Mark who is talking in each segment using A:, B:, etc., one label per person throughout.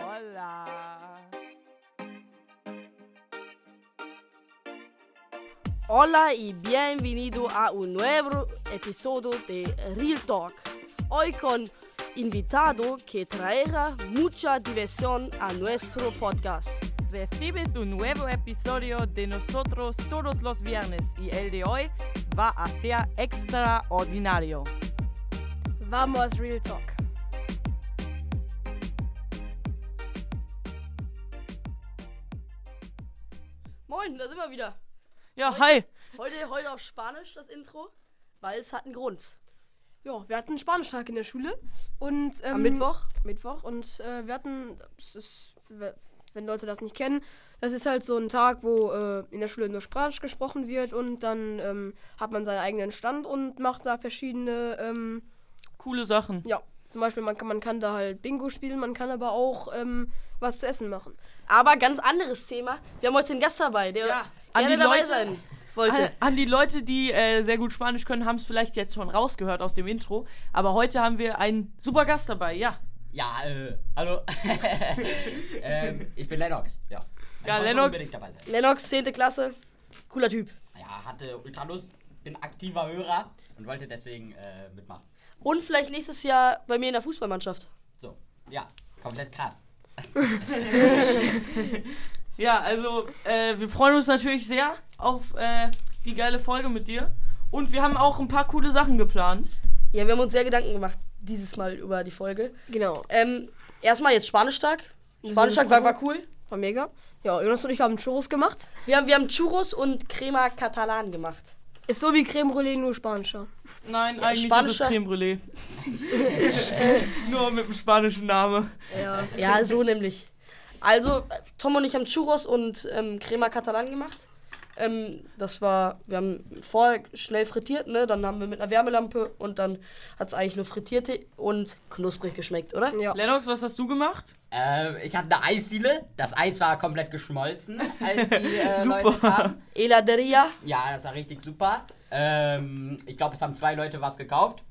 A: Hola. Hola y bienvenido a un nuevo episodio de Real Talk. Hoy con invitado que traerá mucha diversión a nuestro podcast.
B: Recibes un nuevo episodio de nosotros todos los viernes y el de hoy va a ser extraordinario.
A: Vamos Real Talk. Moin, da sind wir wieder.
B: Ja, hi.
A: Heute, heute auf Spanisch das Intro, weil es hat einen Grund.
C: Ja, wir hatten Spanischtag in der Schule und ähm,
A: Am Mittwoch?
C: Mittwoch und äh, wir hatten, es ist, wenn Leute das nicht kennen, das ist halt so ein Tag, wo äh, in der Schule nur Spanisch gesprochen wird und dann ähm, hat man seinen eigenen Stand und macht da verschiedene, ähm,
B: Coole Sachen.
C: ja, zum Beispiel man kann, man kann da halt Bingo spielen, man kann aber auch ähm, was zu essen machen.
A: Aber ganz anderes Thema. Wir haben heute einen Gast dabei, der
B: Ja, an
A: gerne
B: die
A: dabei
B: Leute.
A: sein
B: An,
A: wollte.
B: an die Leute, die äh, sehr gut Spanisch können, haben es vielleicht jetzt schon rausgehört aus dem Intro. Aber heute haben wir einen super Gast dabei, ja.
D: Ja, äh, hallo. ähm, ich bin Lennox, ja. Ich
B: Ja,
D: wollte
B: Lennox.
D: Unbedingt dabei sein.
A: Lennox, 10. Klasse. Cooler Typ.
D: Ja, hatte ultra Lust, bin aktiver Hörer und wollte deswegen äh, mitmachen.
A: Und vielleicht nächstes Jahr bei mir in der Fußballmannschaft.
D: So, ja, komplett krass.
B: Ja, also äh, wir freuen uns natürlich sehr auf äh, die geile Folge mit dir. Und wir haben auch ein paar coole Sachen geplant.
A: Ja, wir haben uns sehr Gedanken gemacht dieses Mal über die Folge.
C: Genau,
A: Ähm, erstmal jetzt Spanischtag.
C: Das
A: Spanischtag
C: ist
A: war,
C: cool.
A: war cool.
C: war mega. Ja, Jonas und ich haben Churros gemacht.
A: Wir haben, wir haben Churros und Crema Catalan gemacht.
C: Ist so wie Creme Brûlée, nur spanischer.
B: Nein, eigentlich ist
A: spanischer-
B: es Creme Brûlée. Nur mit dem spanischen Namen.
C: Ja,
A: Ja, so nämlich. Also, äh, Tom und ich haben Churros und ähm, Crema Catalan gemacht. Ähm, das war, wir haben vorher schnell frittiert, ne? Dann haben wir mit einer Wärmelampe und dann hat es eigentlich nur frittiert und knusprig geschmeckt, oder?
C: ja.
B: Lennox, was hast du gemacht?
D: Ähm, ich hatte eine Eisdiele. Das Eis war komplett geschmolzen, als die äh,
B: Super.
D: Leute kamen.
A: Eladeria.
D: Ja, das war richtig super. Ähm, ich glaube, es haben zwei Leute was gekauft.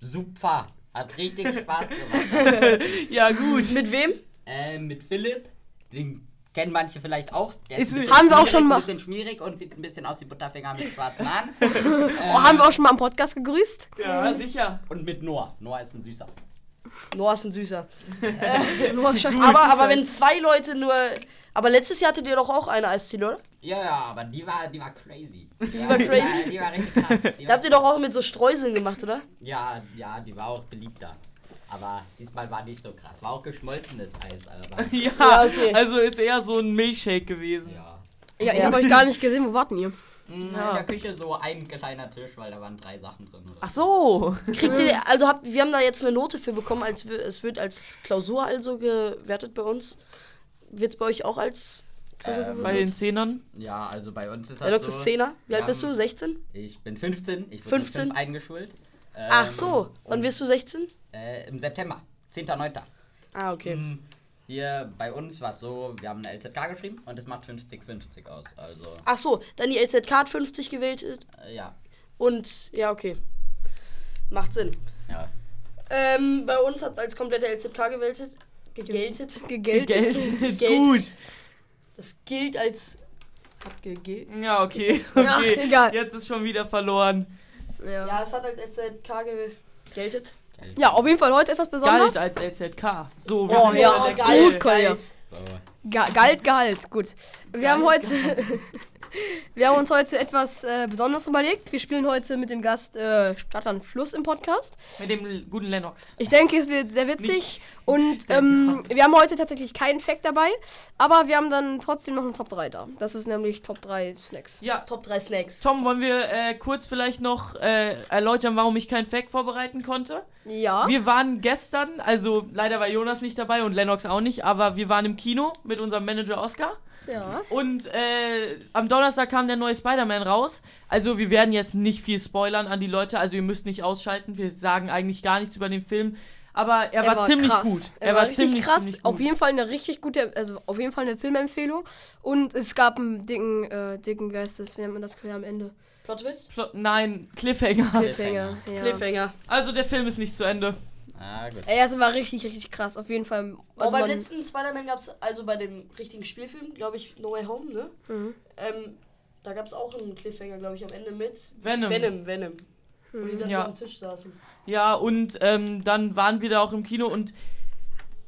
D: Super. Hat richtig Spaß gemacht.
B: Ja, gut.
A: Mit wem?
D: ähm, mit Philipp, den kennen manche vielleicht auch. Der
B: Ist-
D: ein bisschen
C: haben wir auch
D: schmierig,
C: schon mal-
D: Ein bisschen schmierig und sieht ein bisschen aus wie Butterfinger mit schwarzen Haaren.
C: Oh, haben wir auch schon mal am Podcast gegrüßt?
B: Ja, sicher.
D: und mit Noah. Noah ist ein Süßer.
A: Noah ist ein Süßer.
C: Jonas schafft
A: Aber,
C: Fußball.
A: aber wenn zwei Leute nur. Aber letztes Jahr hattet ihr doch auch eine Eisdiele, oder?
D: Ja, ja, aber die war, die war crazy. Die
A: war crazy?
D: Die, war richtig krass. Die
A: Da
D: war,
A: habt ihr doch auch mit so Streuseln gemacht, oder?
D: ja, ja, die war auch beliebter. Aber diesmal war nicht so krass. War auch geschmolzenes Eis, aber.
B: Ja,
A: Ja, okay.
B: also ist eher so ein Milchshake gewesen.
D: Ja.
C: Ja, ich habe euch gar nicht gesehen. Wo warten ihr?
D: Mhm,
B: Ja.
D: In der Küche so ein kleiner Tisch, weil da waren drei Sachen drin. Oder?
B: Ach so.
A: Kriegt ihr, also habt, wir haben da jetzt eine Note für bekommen, als wir, es wird als Klausur also gewertet bei uns. Wird es bei euch auch als Klausur
D: Ähm,
B: Bei
A: gewertet?
B: den Zehnern.
D: Ja, also bei uns ist das.
A: Lennox
D: so,
A: ist Zehner. Wie alt
D: wir
A: bist du?
D: haben-
A: 16?
D: Ich bin 15. Ich wurde
A: 15?
D: 15 eingeschult. Ähm,
A: Ach so, wann wirst du 16?
D: Äh, Im September, 10.9.
A: Ah, okay.
D: Mhm. Hier bei uns war es so, wir haben eine LZK geschrieben und es macht 50-50 aus. Also,
A: Ach so, dann die LZK hat 50 gewählt
D: äh, ja.
A: und ja, okay. Macht Sinn.
D: ja.
A: Ähm, bei uns hat es als komplette LZK gewähltet. Gegeltet.
C: Gegelt.
B: Geld.
A: Geld.
B: Gut.
A: Das gilt als. Hat gegelt.
B: Ja, okay.
C: Ja,
B: okay.
C: egal.
B: Jetzt ist schon wieder verloren.
C: Ja.
A: Ja, es hat als LZK gegeltet.
C: ja, auf jeden Fall heute etwas
B: Galt
C: Besonderes.
B: als LZK. So,
C: Oh,
B: sind
C: ja,
B: wieder
C: geil.
B: Geld.
C: Gut, Kolja.
D: So.
C: Ga Gehalt, Gehalt, gut. Wir haben heute, wir haben uns heute etwas äh, Besonderes überlegt. Wir spielen heute mit dem Gast äh, Stadt an Fluss im Podcast.
B: Mit dem guten Lennox.
C: Ich denke, es wird sehr witzig und ähm, wir haben heute tatsächlich keinen Fact dabei, aber wir haben dann trotzdem noch einen Top 3 da. Das ist nämlich Top 3 Snacks.
B: Ja,
A: Top 3 Snacks.
B: Tom, wollen wir äh, kurz vielleicht noch äh, erläutern, warum ich keinen Fact vorbereiten konnte?
C: Ja.
B: Wir waren gestern, also leider war Jonas nicht dabei und Lennox auch nicht, aber wir waren im Kino mit unserem Manager Oscar.
C: ja.
B: Und äh, am Donnerstag kam der neue Spider-Man raus. Also wir werden jetzt nicht viel spoilern an die Leute. Also ihr müsst nicht ausschalten. Wir sagen eigentlich gar nichts über den Film. Aber er, war, ziemlich
C: krass.
B: gut.
C: Er, war, richtig krass.
B: ziemlich
C: Auf jeden Fall eine richtig gute, also auf jeden Fall eine Filmempfehlung. Und es gab einen dicken, äh, dicken, wie heißt das, wie nennt man das am Ende?
A: Plot Twist?
B: Pl- Nein, Cliffhanger.
C: Cliffhanger. Ja.
A: Cliffhanger.
B: Also der Film ist nicht zu Ende.
D: Ah, gut.
C: Ey, das war richtig, richtig krass. Auf jeden Fall.
A: Aber
C: Also
A: beim
C: man,
A: letzten Spider-Man gab es, also bei dem richtigen Spielfilm, glaube ich, No Way Home, ne?
C: Mhm.
A: Ähm, da gab es auch einen Cliffhanger, glaube ich, am Ende mit
B: Venom.
A: Venom. Venom. Wo
C: Mhm.
A: die dann
B: Ja.
A: so am Tisch saßen.
B: Ja, und ähm, dann waren wir da auch im Kino und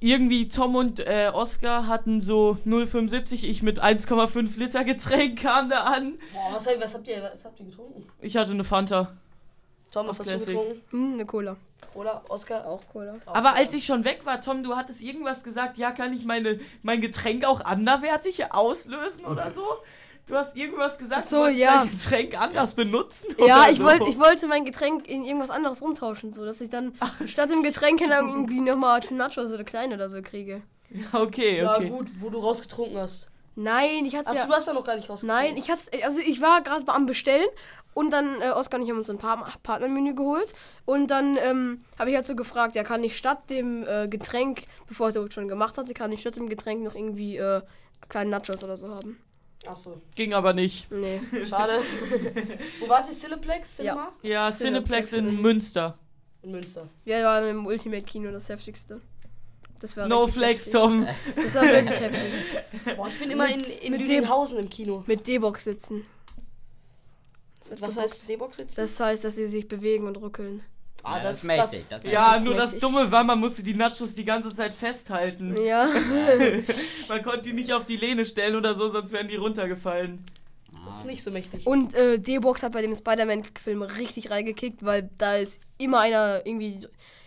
B: irgendwie Tom und äh, Oscar hatten so 0,75, ich mit 1,5 Liter Getränk kam da an.
A: Boah, was, hab- was habt ihr, was habt ihr getrunken?
B: Ich hatte eine Fanta.
A: Tom, was hast du
B: Classic.
A: getrunken?
C: Hm, eine Cola.
A: Oder Oscar?
C: Auch Cola.
B: Aber als ich schon weg war, Tom, du hattest irgendwas gesagt, ja, kann ich meine, mein Getränk auch anderwertig auslösen oder so? Du hast irgendwas gesagt,
C: Ach
B: du
C: so,
B: wolltest
C: ja.
B: dein Getränk anders benutzen.
C: Ja,
B: oder
C: ich,
B: so.
C: wollt, ich wollte mein Getränk in irgendwas anderes umtauschen, so dass ich dann statt dem Getränk dann irgendwie nochmal Nachos oder klein oder so kriege.
B: Okay,
A: Ja,
B: okay.
A: gut, wo du rausgetrunken hast.
C: Nein, ich hatte
A: Hast
C: ja.
A: du das ja noch gar nicht rausgetrunken?
C: Nein, ich hat's, also ich war gerade am Bestellen und dann, äh, Oskar und ich haben uns ein paar Partnermenü geholt und dann ähm, habe ich halt so gefragt, ja, kann ich statt dem äh, Getränk, bevor ich das schon gemacht hatte, kann ich statt dem Getränk noch irgendwie äh, kleine Nachos oder so haben?
A: Achso,
B: Ging aber nicht.
C: Nee.
A: schade. wo wart ihr? Cineplex? Cinema?
B: Ja,
C: Cineplex
B: Cineplex in Münster.
A: In Münster.
C: Wir waren im Ultimate-Kino, das heftigste. Das war
B: No
C: richtig
B: Flex,
C: heftig.
B: Tom.
C: Das war wirklich heftig.
A: Boah, ich bin immer in,
C: Mit-
A: in
C: mit dem-
A: Lüdinghausen im Kino.
C: Mit D-Box sitzen. Das hat
A: Was
C: gebockt.
A: heißt D-Box jetzt?
C: Das heißt, dass sie sich bewegen und ruckeln.
A: ah,
D: Ja,
A: das,
D: ist mächtig.
A: krass.
D: Das ist
B: Ja,
C: ist
B: nur das
C: mächtig.
B: Dumme war, man musste die Nachos die ganze Zeit festhalten.
C: Ja.
B: Man konnte die nicht auf die Lehne stellen oder so, sonst wären die runtergefallen.
A: Das ist nicht so mächtig.
C: Und äh, D-Box hat bei dem Spider-Man-Film richtig reingekickt, weil da ist immer einer irgendwie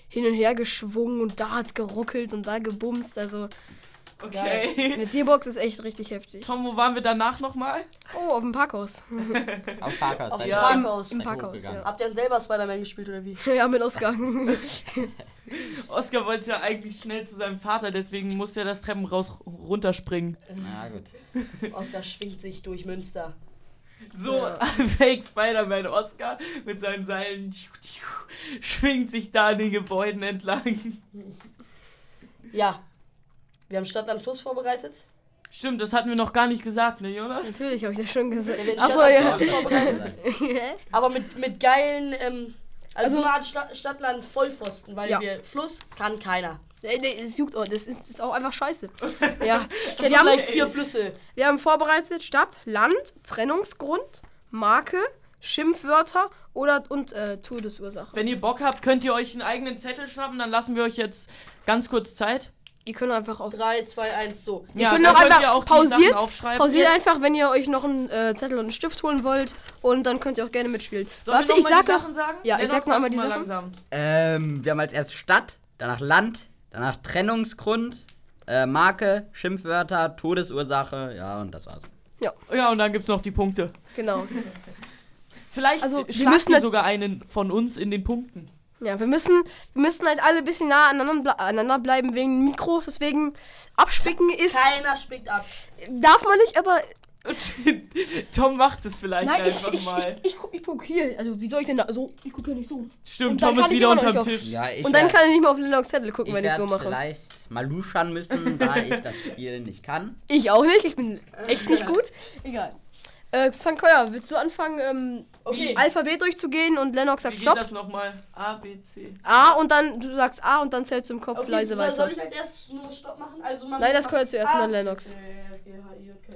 C: hin und her geschwungen und da hat's geruckelt und da gebumst. Also
B: Okay.
C: mit D-Box ist echt richtig heftig.
B: Tom, wo waren wir danach nochmal?
C: Oh, auf dem Parkhaus.
D: mächtig. Auf Parkhaus.
A: Auf
D: seid
A: dem
D: ihr-
B: Ja.
A: Parkhaus.
C: Im
D: Seid ihr
C: Parkhaus,
D: hochgegangen?
C: ja.
A: Habt ihr dann selber Spider-Man gespielt oder wie?
C: Ja, mit Oscar.
B: Oskar wollte ja eigentlich schnell zu seinem Vater, deswegen musste er das Treppen raus runterspringen.
D: Na gut.
A: Oscar schwingt sich durch Münster.
B: So,
C: Ja.
B: Fake Spider-Man Oskar mit seinen Seilen tschu, tschu, schwingt sich da an den Gebäuden entlang.
A: Ja. Wir haben Stadt an Fluss vorbereitet.
B: Stimmt, das hatten wir noch gar nicht gesagt, ne, Jonas?
C: Natürlich, habe ich das schon gesagt.
A: Ja, wir
C: Achso,
A: haben
C: ja.
A: Stadt an Fluss vorbereitet. Aber mit, mit geilen, ähm, also, so eine Art Sta Stadtland Vollpfosten, weil
C: Ja.
A: wir Fluss kann keiner.
C: Nee, nee, es juckt auch. Das ist, ist auch einfach scheiße. Ja. Wir
A: Wir haben
C: haben,
A: vielleicht vier Flüsse.
C: wir haben vorbereitet Stadt, Land, Trennungsgrund, Marke, Schimpfwörter oder und äh, Todesursache.
B: Wenn ihr Bock habt, könnt ihr euch einen eigenen Zettel schnappen, dann lassen wir euch jetzt ganz kurz Zeit.
C: Ihr könnt einfach auf
A: Drei, zwei, eins, so.
B: Ja,
C: könnt
B: dann
C: auch
B: könnt
C: einfach
B: ihr auch die
C: pausiert-
B: Sachen aufschreiben.
C: Pausiert
A: Jetzt.
C: einfach, wenn ihr euch noch einen äh, Zettel und einen Stift holen wollt. Und dann könnt ihr auch gerne mitspielen.
B: Sollen
C: Warte,
B: wir
C: ich
B: noch mal
C: sag
B: die
C: noch.
B: Sachen sagen?
C: Ja, ich sag noch einmal die Sachen.
B: Langsam.
D: Ähm, wir haben als erstes Stadt, danach Land, danach Trennungsgrund, äh, Marke, Schimpfwörter, Todesursache. Ja, und das war's.
B: Ja, und dann gibt's noch die Punkte.
C: Genau.
B: Vielleicht
C: Also,
B: also,
C: wir
B: schlagt
C: müssen
B: ihr
C: jetzt-
B: sogar einen von uns in den Punkten.
C: Ja, wir müssen, wir müssen halt alle ein bisschen nah aneinander, ble- aneinander bleiben wegen Mikros. Deswegen abspicken ist.
A: Keiner spickt ab.
C: Darf man nicht, aber.
B: Tom macht es vielleicht
C: Nein, ich,
B: einfach
C: ich,
B: mal.
C: ich, ich, guck- ich guck hier. Also, wie soll ich denn da. So, ich gucke ja nicht so.
B: Stimmt,
C: und dann
B: Tom ist
C: kann ich
B: wieder
C: immer noch
B: unterm
C: nicht auf-
B: Tisch.
D: Ja, ich
C: Und dann
D: werd-
C: kann ich nicht mal auf Lennox Zettel gucken,
D: ich
C: wenn ich so
D: werd
C: mache.
D: vielleicht mal luschern müssen, da ich das Spiel nicht kann.
C: Ich auch nicht. Ich bin echt nicht gut. Egal. Äh, Fankeuer, willst du anfangen, ähm,
A: Okay.
C: Alphabet durchzugehen und Lennox
B: Wie
C: sagt
B: geht
C: Stopp?
B: das nochmal? A, B, C.
C: A und dann, du sagst A und dann zählst du im Kopf
A: Okay,
C: leise
A: soll,
C: weiter.
A: soll ich als erstes nur Stopp machen? Also man Äh,
C: Nein, das gehört zuerst und dann Lennox.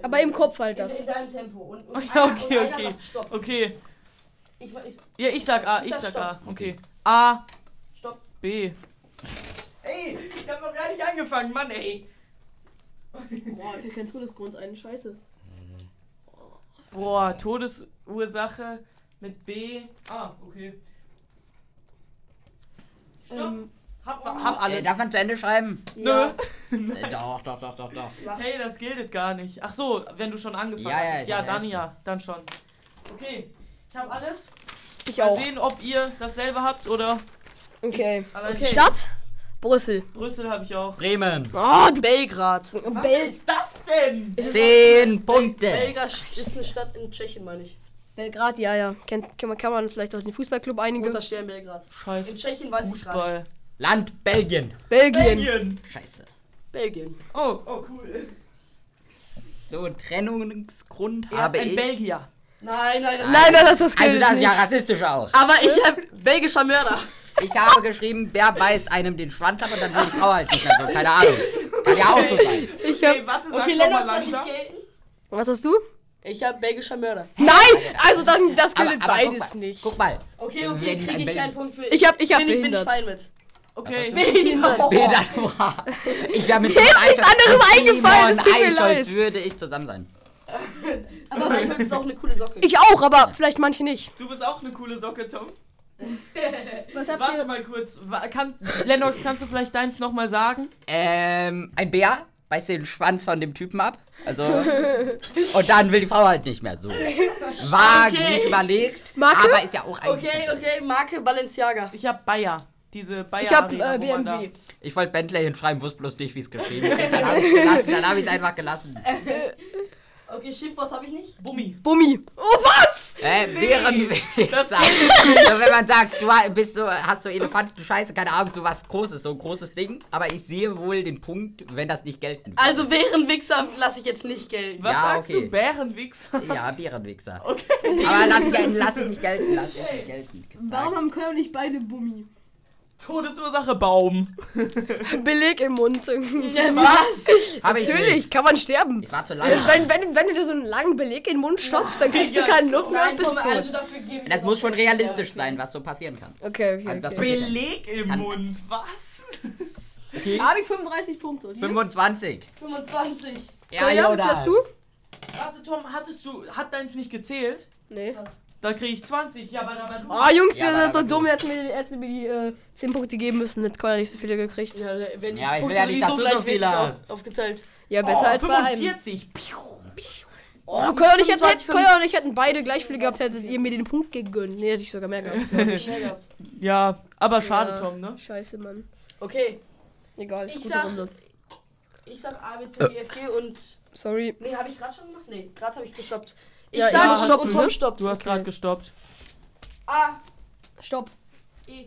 C: Aber im Kopf halt das.
A: In, in deinem Tempo. Und, und
B: Ja,
A: einer,
B: okay,
A: und einer
B: okay.
A: Sagt Stopp.
B: Okay.
A: Ich, ich,
B: Ja, ich sag A,
A: Ich
B: ich
A: sag
B: sag A.
A: Stopp.
B: Okay. A,
A: Stopp.
B: B. Ey, ich hab noch gar nicht angefangen, Mann, ey.
C: Boah, ich will keinen Todesgrund ein, scheiße.
B: Boah, Todesursache mit B. Ah, okay. Stopp.
C: Ähm,
B: hab, hab
D: Ähm, Äh,
B: alles.
D: darf man zu Ende schreiben?
B: Nö.
D: Äh, doch, doch, doch, doch, doch.
B: Hey, das gilt gar nicht. Ach so, wenn du schon angefangen
D: Ja, ja,
B: hast.
D: ich
B: Ja,
D: hab
B: dann
D: elf.
B: ja, dann schon. Okay, ich habe alles.
C: Ich
B: Mal
C: auch.
B: sehen, ob ihr dasselbe habt oder
C: Okay.
B: allein
C: Stadt? Brüssel.
B: Brüssel habe ich auch.
D: Bremen.
C: Oh, du
A: Belgrad.
B: Was
C: Bel
B: ist das denn?
D: Zehn Punkte.
A: Belgrad ist eine Stadt in Tschechien, meine ich.
C: Belgrad, Äh. ja, ja. Kennt, kann, man, kann man vielleicht auch den Fußballclub einigen?
A: Roter Stern Belgrad.
B: Scheiß
A: In Tschechien weiß ich gerade.
B: Fußball.
D: Land Belgien.
C: Belgien.
B: Belgien.
D: Scheiße.
A: Belgien.
B: Oh, oh cool.
D: So, Trennungsgrund
B: Er
D: habe
B: ist ein
D: ich.
B: Belgier.
A: Nein, nein, das
C: Nein, Äh. nein, das ist das
D: Also
C: gilt
D: das ist ja
C: nicht.
D: rassistisch auch.
A: Aber ich hab belgischer Mörder.
D: Ich habe geschrieben, wer beißt einem den Schwanz ab und dann will ich auch halt nicht mehr so. Keine Ahnung. Kann ja auch so sein.
C: Ich hab,
B: Okay, warte, sag
A: Okay,
B: noch mal
A: Lennox hat nicht
B: langsam.
A: gelten.
C: was hast du?
A: Ich hab belgischer Mörder.
C: Nein! Also dann, das
D: Aber-
C: gilt
D: aber guck
C: beides
D: mal,
C: nicht.
D: Guck mal.
A: Okay,
D: Wir
A: okay,
D: werden
A: krieg
D: ein
A: ich
D: Bel-
A: keinen Punkt für.
C: Ich hab- ich hab
A: bin, ich bin ich
C: behindert.
A: fein mit.
B: Okay.
A: Behindert.
D: Peter, ich wäre mit Mir ist
C: nichts Oh. anderes eingefallen, es tut mir leid.
D: würde ich zusammen sein.
A: Aber bei Holz ist auch eine coole Socke.
C: Ich auch, aber vielleicht manche nicht.
B: Du bist auch eine coole Socke, Tom.
C: Was
B: Warte mal kurz. Wa- Kann, Lennox, kannst du vielleicht deins nochmal sagen?
D: Ähm, ein Bär beißt den Schwanz von dem Typen ab. Also. und dann will die Frau halt nicht mehr so. War
A: Okay.
D: gut überlegt.
C: Marke?
D: Aber ist ja auch eigentlich.
A: okay, okay, Marke Balenciaga.
B: Ich hab Bayer. Diese Bayer.
C: Ich hab
B: Arena,
C: äh,
B: wo man da-
C: BMW.
D: Ich wollte Bentley hinschreiben, wusste bloß nicht, wie es geschrieben wird. Dann habe ich es gelassen. Dann habe ich es einfach gelassen.
A: Äh, Okay, Schimpfwort habe ich nicht.
B: Bummi.
C: Bummi. Oh, was?
D: Äh, Bärenweg
B: Das-
D: sagen. Also wenn man sagt, du ha- bist so, hast so Elefanten, Scheiße, keine Ahnung, so was Großes, so ein großes Ding. Aber ich sehe wohl den Punkt, wenn das nicht gelten würde.
A: Also Bärenwichser lasse ich jetzt nicht gelten.
B: Was
D: Ja,
B: sagst
D: okay.
B: du? Bärenwichser?
D: Ja, Bärenwichser. Aber lass ich, lass ich nicht gelten, lass ich nicht gelten.
C: haben Köln nicht beide Bummi?
B: Todesursache Baum.
C: Beleg im Mund.
A: Was?
D: Hab ich
C: Natürlich,
D: nicht.
C: kann man sterben.
D: Ich war zu
C: Äh,
D: lange.
C: Wenn, wenn, wenn du dir so einen langen Beleg in den Mund stopfst, dann kriegst du
B: Ja,
C: keinen
B: so.
C: Luft mehr
A: Nein,
C: und bist
A: komm, also
C: tot.
A: dafür geben wir
D: Das
A: noch-
D: muss schon realistisch sein, was so passieren kann.
C: Okay, okay.
D: Also das
C: okay.
B: Beleg im
D: Kann-
B: Mund. Was?
C: Habe ich 35 Punkte.
D: 25.
A: 25.
C: Ja, ja, was hast du?
B: Warte, Tom, hattest du. Hat deins nicht gezählt?
C: Nee.
B: Dann krieg ich 20. Ja, aber da war du.
C: Oh, Jungs,
D: Ja,
C: ihr seid
D: aber-
C: so dumm, ihr hättet mir, ihr hättet mir die äh, 10 Punkte geben müssen. Hätte Köln nicht so viele gekriegt. Ja,
A: Ja, wenn die
D: Ja, aber ich will
A: Punkte
D: ja nicht, dass
A: sowieso
D: du so
A: gleichmäßig
D: viele
A: auf-
D: hast.
A: aufgeteilt.
C: Oh, besser als bei einem.
B: 45. Piu.
C: Oh, Köln und ich hätten,
A: 25,
C: Köln und ich hätten beide gleich viele gehabt, hättet ihr mir den Punkt gegönnt. Nee, hätte ich sogar mehr gehabt.
B: Ja, aber schade,
C: Ja.
B: Tom, ne?
C: Scheiße, Mann.
A: Okay,
C: Egal,
A: Ich
C: ist gute
A: sag-
C: Runde.
A: ich sag A, B, C, D, E, F, G und...
C: Sorry.
A: Nee, habe ich gerade schon gemacht? Nee, gerade habe ich gestoppt. Ich
C: Ja,
A: sage
B: ja, hast
A: Stopp
C: du,
A: und Tom
C: ne?
A: stoppt.
B: Du hast gerade gestoppt.
A: A,
C: Stopp.
A: E.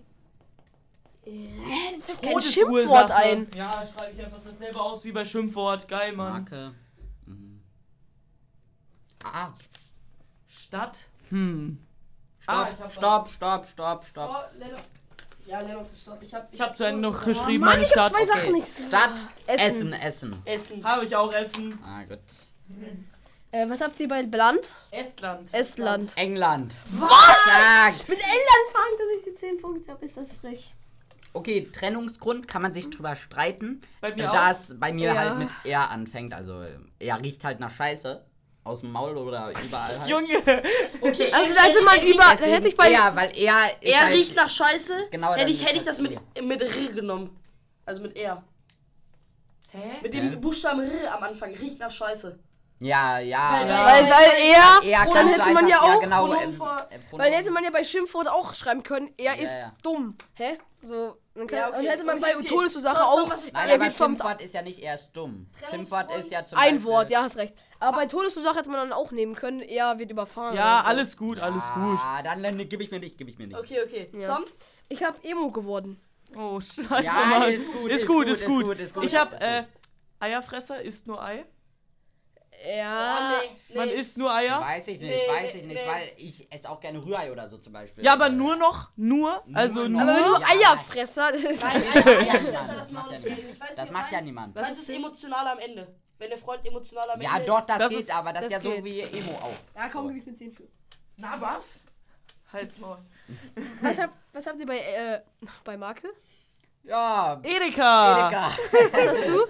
C: Kein Schimpfwort ein.
B: Ja, schreibe ich einfach dasselbe aus wie bei Schimpfwort. Geil, Mann.
D: Marke. Mhm. Ah.
B: Stadt.
D: Hm.
B: Ah, ich
D: Stopp,
B: hab
D: stopp, stopp, stopp, stopp.
A: Oh, Lennox. Ja, Lennox ist Stopp. Ich habe
B: Ich habe zu Ende noch
A: geschrieben.
B: geschrieben, meine Stadt.
C: zwei Sachen. Sag
D: Okay.
C: nichts.
D: Stadt,
C: Essen.
D: Essen, Essen.
A: Essen.
B: Habe ich auch Essen.
D: Ah, gut.
C: Äh, was habt ihr bei Land?
B: Estland.
C: Estland.
D: England. Was? Sag.
E: Mit England fangen, dass ich die 10 Punkte habe, ist das frech.
D: Okay, Trennungsgrund kann man sich drüber streiten. äh,
B: Bei mir
D: da
B: auch.
D: es bei mir
C: Ja.
D: halt mit er anfängt, also er riecht halt nach Scheiße. Aus dem Maul oder überall halt.
B: Junge.
A: Okay,
C: Also da hätte man über, da
D: Deswegen
C: hätte ich bei
D: er, weil er. ist
A: Er
D: halt-
A: riecht nach Scheiße.
D: Genau,
A: hätte
D: dann
A: ich, hätte ich das
D: das
A: mit,
D: R.
A: mit R genommen. Also mit R.
B: Hä?
A: Mit dem
D: Hä?
A: Buchstaben R am Anfang. Riecht nach Scheiße.
D: Ja, ja.
A: Weil-
D: ja.
C: weil, weil er,
D: Er
A: dann
D: kannst du
C: oh, hätte man ja auch
D: genau,
A: Pronomen
D: ähm,
A: vor-
D: äh, Pronomen.
C: weil hätte man ja bei Schimpfwort auch schreiben können, er
D: Ja,
C: ist
D: ja.
C: dumm. Hä? So, dann kann,
A: Ja, okay,
C: und hätte man
A: okay,
C: bei
A: okay.
C: Todesursache
A: Tom, Tom,
C: auch,
A: was ist
D: Nein,
C: er
D: aber
C: wird vom
D: Schimpfwort ist ja nicht er ist dumm. Schimpfwort ist ja zum
C: ein
D: Beispiel-
C: Wort, ja, hast recht. Aber bei Todesursache hätte man dann auch nehmen können, er wird überfahren.
B: Ja,
C: oder so.
B: alles gut, alles gut.
D: Ah, dann, dann gebe ich mir nicht, gebe ich mir nicht.
A: Okay, okay.
C: Ja.
A: Tom?
C: Ich habe Emo geworden.
B: Oh, scheiße,
D: Ja,
B: Mann.
D: ist gut,
B: ist gut, ist gut. Ist gut. Ich hab,
D: ist gut.
B: äh, Eierfresser isst nur Ei.
C: Ja.
A: oh, nee, nee.
B: Ah, Man isst nur Eier.
D: Weiß ich nicht,
A: Nee,
D: weiß
A: nee,
D: ich nicht,
A: nee.
D: weil ich esse auch gerne Rührei oder so zum Beispiel.
B: Ja, aber nur noch, nur,
D: Nur
B: also
D: noch.
B: nur.
C: aber wenn du
D: Ja.
C: Eierfresser, das ist
A: Nein,
D: Ja,
A: Eier-
D: ja,
A: Eierfresser,
D: das
A: das
D: macht
A: machen
D: ja
A: wir
D: niemand.
A: nicht. Ich weiß
D: Das
A: nicht,
D: macht ja
A: meins-
D: niemand.
A: Meins
C: Was
A: ist
C: ist-
A: emotional am Ende. Wenn der Freund emotional am
D: Ja,
A: Ende
D: doch,
A: ist.
D: das,
B: Das
D: geht,
B: ist-
D: aber das,
C: das
D: ist ja so
C: geht.
D: wie Emo auch.
C: Ja, komm, gib ich mir 10 für.
B: Na was? Halt's Maul.
C: Was habt, was habt ihr bei, äh, bei Marke?
D: Ja,
B: Edeka.
D: Edeka.
C: Was hast du?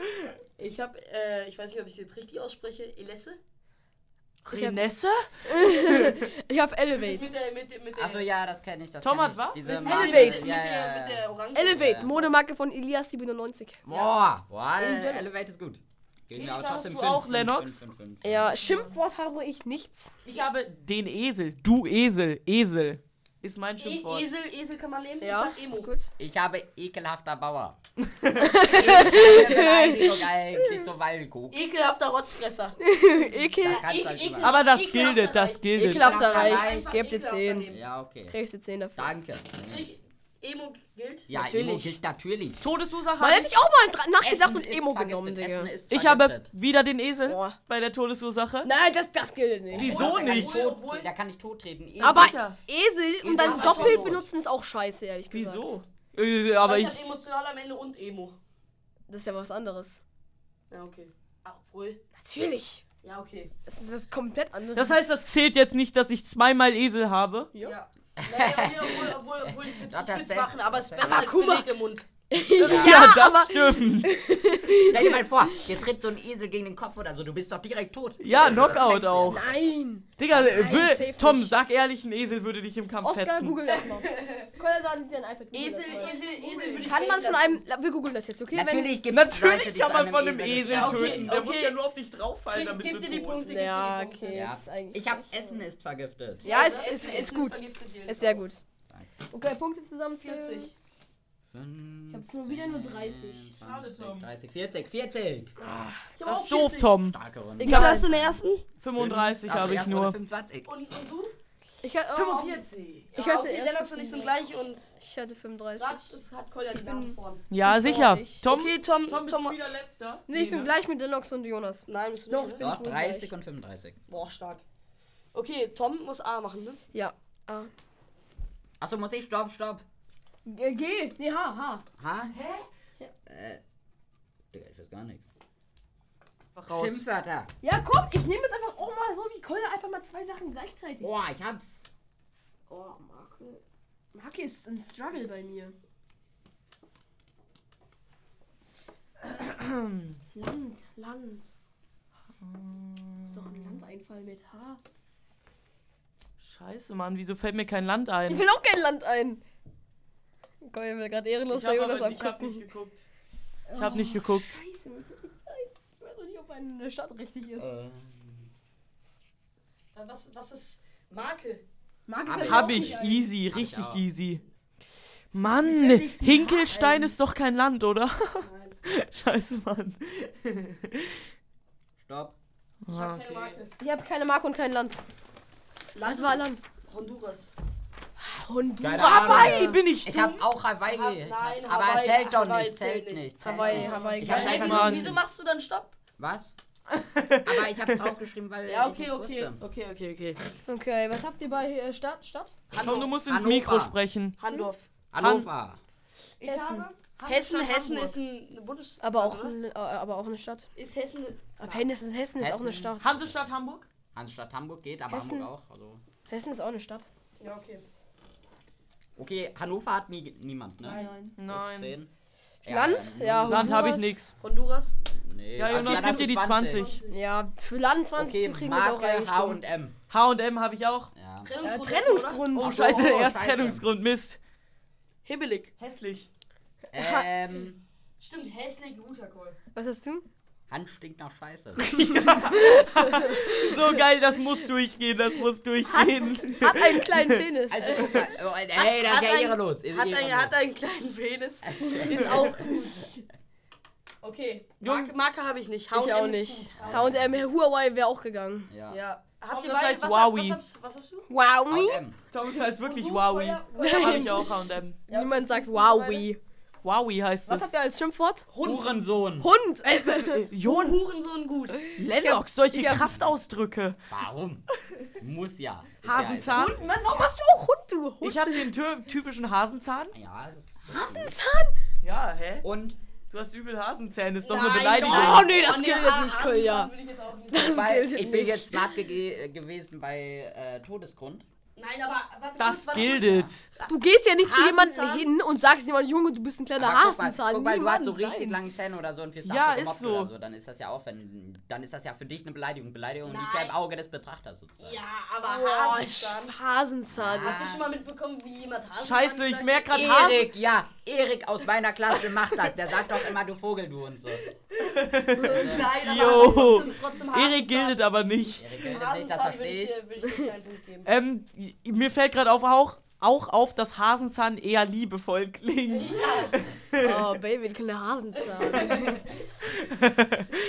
A: Ich habe, äh, ich weiß nicht, ob ich es jetzt richtig ausspreche. Elesse?
B: Renesse?
C: Ich habe
A: Das ist
C: Elevate.
A: Mit der, mit der, mit der.
D: Achso, Also, ja, das kenne ich. Das
B: Tom
D: kenn
B: hat
D: ich.
B: was?
D: Diese
A: Mit
D: Marke-
A: der, mit
D: Ja,
A: der,
D: ja,
A: mit
D: ja.
A: der Orange.
C: Elevate, Modemarke von Elias 97.
D: Boah, boah,
C: Elevate.
D: Elevate ist gut. Gehen
B: Edeka
D: wir aber
B: hast
D: trotzdem
B: du
D: fünf,
B: auch,
D: fünf,
B: Lennox?
D: fünf, fünf, fünf.
C: Ja, Schimpfwort habe ich nichts.
B: Ich habe den Esel. Du Esel. Esel. Ist mein
A: E
B: Schimpfwort.
A: Esel, Esel kann man nehmen.
C: Ja,
A: Ich sag
C: ist
A: Emo.
C: gut.
D: Ich habe ekelhafter Bauer. Ekelhafter eigentlich so weil guck.
A: Ekelhafter Rotzfresser. E-,
C: Ekel.
D: Da kannst du halt
A: Ekel-
D: drüber.
B: Aber das
A: Ekelhaft
B: gilt, das
A: erreicht.
B: gilt.
C: Ekelhaft erreicht.
A: Einfach
C: Gebt ihr
A: ekelhaft
C: 10.
A: daneben.
D: Ja, okay.
C: Kriegst du 10 dafür.
D: Danke.
A: Ich- Emo gilt.
D: Ja, Emo
C: Natürlich.
D: gilt natürlich.
B: Todesursache.
C: Man
B: habe
C: hätte ich auch mal dra- nachgedacht
D: Essen
C: und
D: ist
C: Emo
D: vergiftet,
C: genommen, Digga.
D: Essen ist
B: Ich habe
D: vergiftet.
B: wieder den Esel
C: Boah.
B: bei der Todesursache.
C: Nein, das, das gilt nicht.
B: Wieso
A: Obwohl-
B: nicht?
A: obwohl- obwohl-
D: Da kann ich tot treten. Esel.
C: Aber
B: sicher.
C: Esel und
D: Esel
C: dann
D: hat
C: doppelt
D: Verbot.
C: benutzen ist auch scheiße, ehrlich gesagt.
B: Wieso? Äh, Aber
A: ich
B: ich.
A: hab emotional am Ende und Emo.
C: Das ist ja was anderes.
A: Ja, okay. Ah, Obwohl.
C: Natürlich.
A: Ja, okay.
C: Das ist was komplett anderes.
B: Das heißt, das zählt jetzt nicht, dass ich zweimal Esel habe.
A: Ja.
C: Ja.
A: Naja, nee, obwohl, obwohl, obwohl ich will's-
D: Doch,
A: ich
D: das
A: will's
D: wär-
A: machen, aber es ist besser
C: Aber
A: als
C: guck mal.
A: Beleg im Mund.
B: Ja, das stimmt.
D: Stell dir mal vor, dir tritt so ein Esel gegen den Kopf oder so, du bist doch direkt tot.
B: Ja,
D: Das fängst
B: Knockout
D: du.
B: auch.
C: Nein.
B: Digga,
C: Nein,
B: will,
C: safe
B: Tom,
C: nicht.
B: sag ehrlich, ein Esel würde dich im Kampf
C: Oscar,
B: fetzen.
C: google das mal. Kann dann dein iPad googeln
A: Esel,
C: das mal.
A: Esel, Esel würde ich
C: Kann man
A: gelten
C: von
A: lassen.
C: einem. Wir googeln das jetzt, okay? Wenn-
D: Natürlich gibt Leute,
B: Natürlich
D: die
B: kann man
D: zu
B: von einem Esel
A: Ja, okay,
B: töten. Der muss
A: okay.
B: ja nur auf dich drauffallen,
A: Krieg-
B: dann
A: gib
B: bist
A: dir die
B: du tot.
A: Punkte, gib
C: Ja,
A: dir die Punkte.
C: okay.
D: Ja.
C: Ist eigentlich
D: Ich hab Essen ist vergiftet.
A: Ja,
C: Ja, ist,
A: Essen-
C: ist,
A: Essen
C: ist gut.
A: vergiftet jeden
C: Ist sehr
A: Tag.
C: gut. Okay, Punkte zusammen.
A: 40.
E: Ich hab nur wieder nur 30.
D: 20, 30, 40, 40.
A: Ich hab
B: Das
A: auch
B: ist doof,
A: 40.
B: Tom.
D: Starke Runde.
A: Wie viel hast du in der ersten?
B: 35
D: Ach,
B: habe ich
D: erst
B: nur.
D: wurde 25.
A: Und, und du?
C: Ich hatte, oh,
B: 45.
A: ja,
C: Ich hatte
A: okay,
C: erst
A: Lennox und ich sind gleich und
C: ich hatte 35.
A: Ratsch ist, hat Kolja die Nase vorn.
B: Ja, sicher.
C: ich.
B: Tom,
A: Okay, Tom,
B: Tom
A: Tom,
B: bist du wieder letzter.
C: Nee, ich bin
B: ne?
C: gleich mit Lennox und Jonas.
A: Nein, bist du
C: Doch,
A: nicht, ne?
C: bin
D: Dort
C: ich wohl
D: 30
C: gleich.
D: und 35.
A: Boah, stark. Okay, Tom muss A machen, ne?
C: Ja. Ah.
D: Achso, muss ich? Stopp, stopp.
E: G. G. Nee, H. H.
D: Ha? Hä? Äh, Digga, ich weiß gar nichts.
B: Einfach raus.
D: Schimpfwörter.
E: Ja, komm, ich nehme jetzt einfach auch mal so wie Kolle einfach mal zwei Sachen gleichzeitig. Oh,
D: Boah, ich hab's.
E: Marke. Marke Oh, ist ein Struggle bei mir. Land, Land. Ist doch ein Landeinfall mit H.
B: Scheiße, Mann, wieso fällt mir kein Land ein?
C: Ich will auch kein Land ein. Komm, ich will gerade ehrenlos
B: Ich
C: bei
B: hab
C: Jonas
B: aber- ich hab
C: abgucken.
B: nicht geguckt. Ich hab nicht geguckt.
E: Scheiße.
C: Ich weiß auch nicht, ob meine Stadt richtig ist.
D: Äh,
A: Was, was ist Marke?
E: Marke
D: Hab
E: fällt mir
B: Hab
E: auch
B: ich,
E: nicht ein.
B: easy,
D: Hab ich
B: richtig
D: auch.
B: easy.
E: Mir
B: Mann,
E: fällt nichts
B: Hinkelstein
E: ein.
B: ist doch kein Land, oder?
A: Nein,
B: Scheiße, Mann.
D: Stopp.
A: ich
B: Ah,
A: hab keine Marke.
C: Ich habe keine Marke und kein Land.
A: Land
C: Das war Land.
A: ist Honduras.
D: Keine
C: Honduras.
D: Ahnung.
B: Hawaii bin ich
D: Ich
B: dumm?
D: hab auch Hawaii.
A: Hab-
D: gehört.
A: nein,
D: aber
A: Hawaii-
D: zählt doch
A: Hawaii
D: nicht.
A: zählt
D: Zählt nicht.
A: nicht.
D: Zählt
C: Hawaii,
D: nicht.
C: Hawaii,
D: Ich
C: Ja,
D: hab
A: Nein,
D: einfach
A: wieso,
D: mal.
B: Mann.
A: wieso machst du dann Stopp?
D: Was? aber ich hab's draufgeschrieben, weil.
A: Ja,
D: ich
A: okay,
D: nicht
A: okay,
D: wusste.
A: okay, okay, okay.
C: Okay, was habt ihr bei äh, Stadt? Stadt?
B: Komm, du
A: Handorf.
B: musst ins
D: Hannover.
B: Mikro sprechen.
A: Handorf.
D: Hannover.
E: Ich
C: Hessen.
E: habe-
A: Hessen,
E: Stadt
A: Hessen
E: Hamburg.
A: ist ein eine Bundes...
C: Aber auch,
A: oder?
C: äh, aber auch eine Stadt.
A: Ist Hessen... eine-
C: Aber Hessen, ist- Hessen ist auch eine
D: Hessen.
C: Stadt.
B: Hansestadt Hamburg?
D: Hansestadt Hamburg geht, aber
C: Hessen.
D: Hamburg auch. Also.
C: Hessen ist auch eine Stadt.
A: Ja, okay.
D: Okay, Hannover hat nie, niemand, ne?
E: Nein.
B: Nein.
D: Zehn.
C: Land?
D: ähm,
C: Ja,
B: Land habe ich
C: Honduras.
B: nix.
A: Honduras.
D: Nee.
B: Ja,
D: Also,
B: Jonas,
D: dann
B: gib dir die
D: hast du
B: 20.
C: Ja, für Land 20
D: Okay,
C: zu kriegen ist auch
D: Marke
C: eigentlich dumm.
D: H&M.
B: H&M habe ich auch.
D: Ja.
C: Äh,
A: Trennungsgrund.
C: Trennungsgrund.
B: Oh,
D: Ach so,
B: scheiße,
D: oh,
B: erst
D: scheiße.
B: Trennungsgrund, Mist.
A: Hibbelig.
B: Hässlich.
D: Ähm,
A: Stimmt, hässlich, guter Call.
C: Was hast du?
D: Hand stinkt nach Scheiße.
B: So geil, das muss durchgehen, das muss durchgehen.
C: Hat einen kleinen Penis.
D: Also, guck mal, oh, ey, das
A: hat
D: ist ja
A: ein-
D: ehrenlos. Ist
A: Hat,
D: ehrenlos.
A: ein, hat einen kleinen Penis. Ist auch gut. Okay, Marke, Marke habe ich nicht.
C: Ich
A: H&M
C: auch
A: ist
C: nicht.
A: gut.
C: H&M, Huawei wäre auch gegangen.
D: ja.
A: Ja. Habt ihr
B: das
A: beide,
B: heißt
A: was,
B: Huawei.
A: Hab, was, hab, was hast du?
C: Huawei?
D: H&M.
B: Tom, das heißt wirklich
A: Und du,
B: Wowi.
A: Koya-
B: Habe
A: Koya,
B: ich auch H&M.
A: Ja.
C: Niemand sagt Huawei.
B: Wowi heißt
C: Was habt
B: es.
C: ihr als Schimpfwort?
D: Hurensohn.
C: Hund.
A: Und
B: Jon
A: Hurensohn gut.
B: Lennox, solche
C: ich hab-
B: Kraftausdrücke. also.
D: Warum? Muss ja. Ist ja also
B: Hasenzahn.
C: Mann, warum hast du auch Hund, du Hund?
B: Ich habe den tö- typischen Hasenzahn.
D: einfach- Ja, es ist-
C: Hasenzahn?
B: Ja, hä?
D: Und
B: Du hast übel Hasenzähne, ist doch
A: Nein,
B: eine Beleidigung.
C: Oh,
A: nein.
C: nee, das
A: Oh,
C: gilt
A: ah,
C: nicht,
A: ah,
C: Kolja.
A: will ich jetzt auch nicht.
D: weil
C: gilt
D: ich bin
C: nicht.
D: jetzt smart gege gewesen bei äh, Todesgrund.
A: Nein, aber warte kurz,
B: Das
A: warte
B: gilt.
C: Du gehst ja nicht zu jemandem
A: Hasenzahn?
C: hin und sagst jemandem, Junge, du bist ein kleiner
D: Aber guck mal,
C: Hasenzahn.
D: Guck mal, du hast so
C: Niemand,
D: richtig
C: nein.
D: lange Zähne oder so und wirst
B: Ja,
D: dafür
B: ist
D: gemobbt
B: so.
D: oder so. Dann ist das ja auch, wenn, dann ist das ja für dich eine Beleidigung. Beleidigung liegt ja
A: Nein.
D: im Auge des Betrachters
A: kurz.
D: sozusagen.
A: Ja, aber
C: Boah,
A: Hasenzahn. Ah.
C: Hasenzahn.
A: Hast du schon mal mitbekommen, wie jemand Hasenzahn
B: Scheiße, ich
A: gesagt
B: merk
A: hat?
B: gerade Hasen.
D: Erik, ja, Erik aus meiner Klasse macht das. Der sagt doch immer, du Vogel, du und so.
A: Nein, aber
B: Yo.
A: trotzdem, trotzdem
B: Erik
A: Hasenzahn.
B: gilt aber nicht.
D: Erik, gilt das nicht, das
A: Hasenzahn würde ich
D: verstehe ich.
A: dir würde ich dir keinen Punkt geben.
B: Ähm, j- mir fällt gerade auf, auch, auch auf, dass Hasenzahn eher liebevoll klingt.
C: Oh, Baby, ein kleiner Hasenzahn.